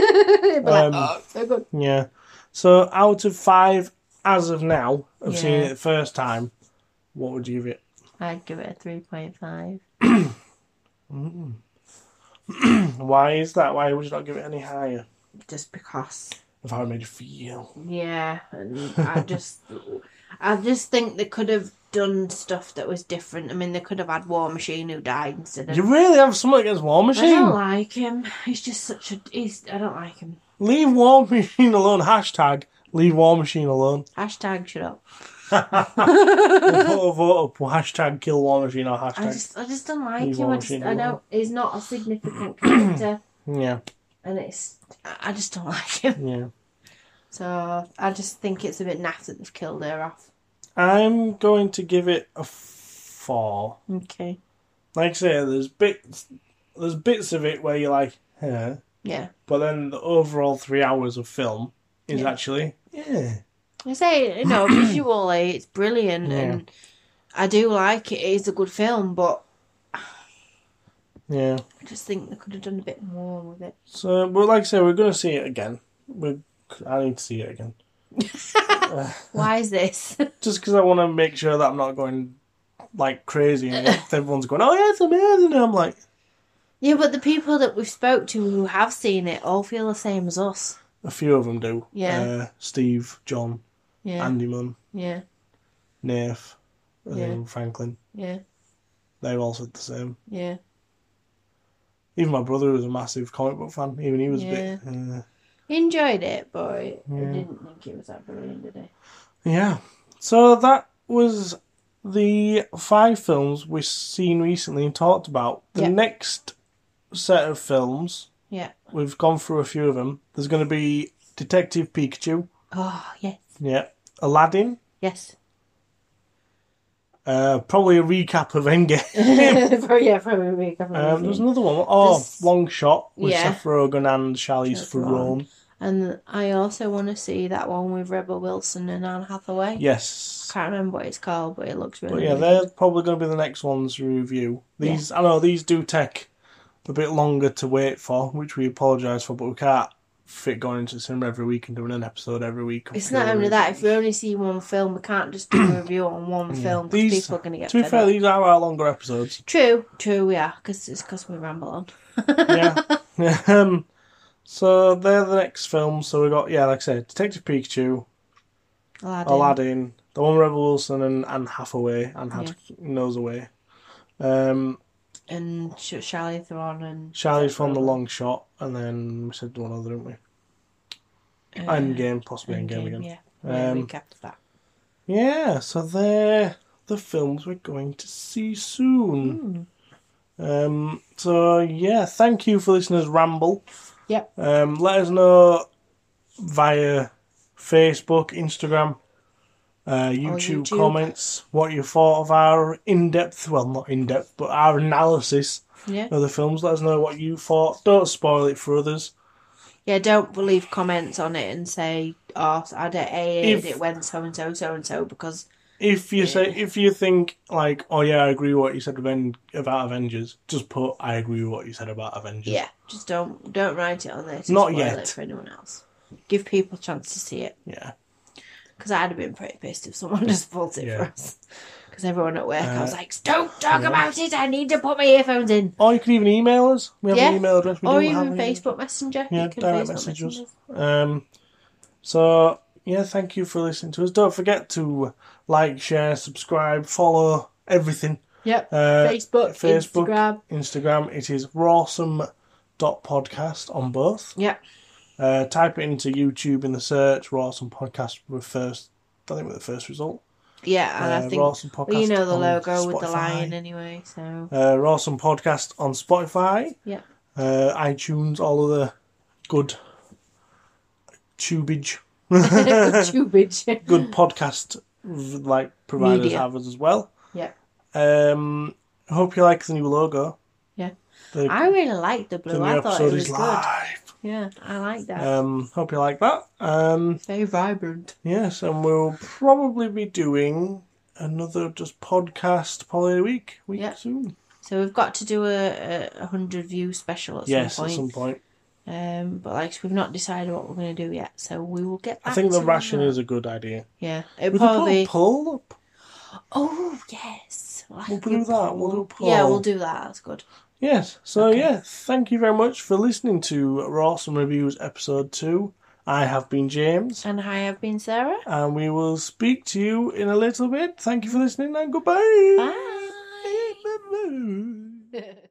B: like,
A: Um,
B: "Oh, so good.
A: yeah. So out of five, as of now, of seeing
B: Yeah.
A: it the first time, what would you give it?
B: I'd give it a three point five.
A: Why is that? Why would you not give it any higher?
B: Just because.
A: If I made you feel.
B: Yeah, and I just, I just think they could have done stuff that was different. I mean, they could have had War Machine who died instead of.
A: You really have something against War
B: I don't
A: Machine?
B: like him. He's just such a. He's. I don't like him.
A: Leave War Machine alone. Hashtag leave War Machine alone.
B: Hashtag shut up.
A: We'll put a vote up. Hashtag kill War Machine or
B: I
A: hashtag.
B: just. I just don't like
A: Leave
B: him.
A: War
B: I just.
A: Machine
B: I
A: alone.
B: don't. He's not a significant character,
A: Yeah.
B: and it's. I I just don't like him.
A: Yeah.
B: So I just think it's a bit naff that they've killed her off.
A: I'm going to give it a four.
B: Okay.
A: Like I say, there's bits, there's bits of it where you're like, huh,
B: Yeah.
A: but then the overall three hours of film is
B: Yeah.
A: actually, yeah,
B: I say, you know, visually it's brilliant
A: Yeah.
B: and I do like it. It is a good film, but
A: yeah.
B: I just think they could have done a bit more with it.
A: So, but like I say, we're gonna see it again. We, I need to see it again,
B: Why is this?
A: just because I want to make sure that I'm not going like crazy and everyone's going, oh yeah, it's amazing. And I'm like,
B: yeah, but the people that we've spoke to who have seen it all feel the same as us.
A: a few of them do.
B: Yeah.
A: Uh, Steve, John,
B: Yeah.
A: Andy Munn,
B: yeah.
A: Nath, and
B: Yeah.
A: then Franklin.
B: Yeah.
A: They all said the same.
B: Yeah.
A: Even my brother was a massive comic book fan. Even he was a bit. Uh,
B: He enjoyed it, but I
A: Yeah.
B: didn't think it was that brilliant, did I?
A: yeah. So that was the five films we've seen recently and talked about. The
B: Yeah.
A: next set of films,
B: Yeah.
A: we've gone through a few of them. There's going to be Detective Pikachu.
B: Oh, yes.
A: Yeah. Aladdin.
B: Yes.
A: Uh, probably a recap of Endgame.
B: For- yeah, probably. we cover
A: Um,
B: everything.
A: there's another one. Oh,
B: There's-
A: Long Shot with
B: Yeah.
A: Seth Rogen and Charlize
B: Seth Rogen.
A: Theron.
B: And I also want to see that one with Rebel Wilson and Anne Hathaway.
A: Yes.
B: Can't remember what it's called, but it looks
A: But
B: really.
A: yeah,
B: good.
A: they're probably going to be the next ones to review. These, I know, these do take a bit longer to wait for, which we apologise for, but we can't fit going into the cinema every week and doing an episode every week. of
B: It's not
A: film
B: only that. If
A: reviews.
B: we only see one film, we can't just do a review on one
A: Yeah.
B: film because
A: These-
B: people are going to get
A: To be
B: fed
A: fair,
B: up.
A: these are our longer episodes.
B: True, true, we are because it's because we ramble on.
A: Yeah. um, so they're the next film. So we got, yeah, like I said, Detective Pikachu,
B: Aladdin.
A: Aladdin, the one with Rebel Wilson and Anne Hathaway, Anne Hath- Nose Away. Um,
B: and Sh- Charlie Theron and
A: Charlie's from the long shot, and then we said one other, didn't we?
B: uh,
A: Endgame, possibly Endgame,
B: Endgame,
A: again.
B: Yeah, yeah
A: Um,
B: we kept that.
A: Yeah, so they're the films we're going to see soon.
B: Mm.
A: Um, so yeah, thank you for listening to ramble.
B: Yep.
A: Um, let us know via Facebook, Instagram, uh, YouTube,
B: YouTube.
A: comments what you thought of our in-depth, well, not in-depth, but our analysis
B: Yeah,
A: of the films. Let us know what you thought. Don't spoil it for others.
B: yeah. Don't leave comments on it and say, "Oh, I don't hated
A: If-
B: it when so and so, so and so," because
A: If you say
B: Yeah.
A: if you think like, oh yeah, I agree with what you said aven- about Avengers, just put I agree with what you said about Avengers.
B: yeah, just don't don't write it on there. To
A: Not
B: spoil
A: yet.
B: it for anyone else. Give people a chance to see it.
A: Yeah.
B: Because I'd have been pretty pissed if someone just bought it
A: Yeah.
B: for us. Because everyone at work, I
A: Uh,
B: was like, don't talk
A: yeah.
B: about it. I need to put my earphones in.
A: Or you can even email us. We have
B: Yeah.
A: an email address. We
B: or
A: do
B: even
A: have an email.
B: Facebook Messenger.
A: Yeah,
B: you can
A: direct
B: Facebook
A: message us.
B: Messenger.
A: Um, so yeah, thank you for listening to us. Don't forget to like, share, subscribe, follow everything.
B: Yep.
A: Uh,
B: Facebook,
A: Facebook.
B: Instagram.
A: Instagram. It is rawsome.podcast on both.
B: Yep.
A: Uh, type it into YouTube in the search. Rawsome podcast with first. I think with the first result.
B: Yeah, and
A: Uh,
B: I think
A: Rawsome podcast.
B: well, you know the
A: on
B: logo with the
A: Spotify.
B: lion anyway. So
A: Uh, Rawsome podcast on Spotify.
B: Yep.
A: Uh, iTunes. All of the good tubage.
B: stupid.
A: good podcast like providers
B: Media.
A: have us as well.
B: Yeah.
A: Um, I hope you like the new logo.
B: Yeah.
A: The,
B: I really liked the
A: the
B: blue.
A: new
B: I thought it
A: episode
B: was
A: is
B: good.
A: live.
B: Yeah, I like that.
A: Um, hope you like that. Um,
B: Very vibrant.
A: yes, and we'll probably be doing another just podcast probably a week, week
B: Yeah.
A: soon.
B: So we've got to do a, a- a hundred view special at
A: yes,
B: some point.
A: at some point.
B: Um, but like we've not decided what we're going to do yet, so we will get. Back
A: I think the
B: to
A: ration
B: that.
A: is a good idea.
B: Yeah, it
A: We could put a
B: probably.
A: poll up.
B: Oh yes, Like
A: We'll
B: a
A: do that, we'll do a
B: poll. Yeah,
A: poll.
B: we'll do that. That's good.
A: Yes. So
B: Okay.
A: yeah, thank you very much for listening to Rawsome Reviews episode two. I have been James.
B: And hi, I've been Sarah.
A: and we will speak to you in a little bit. Thank you for listening and
B: Bye.
A: goodbye. Bye.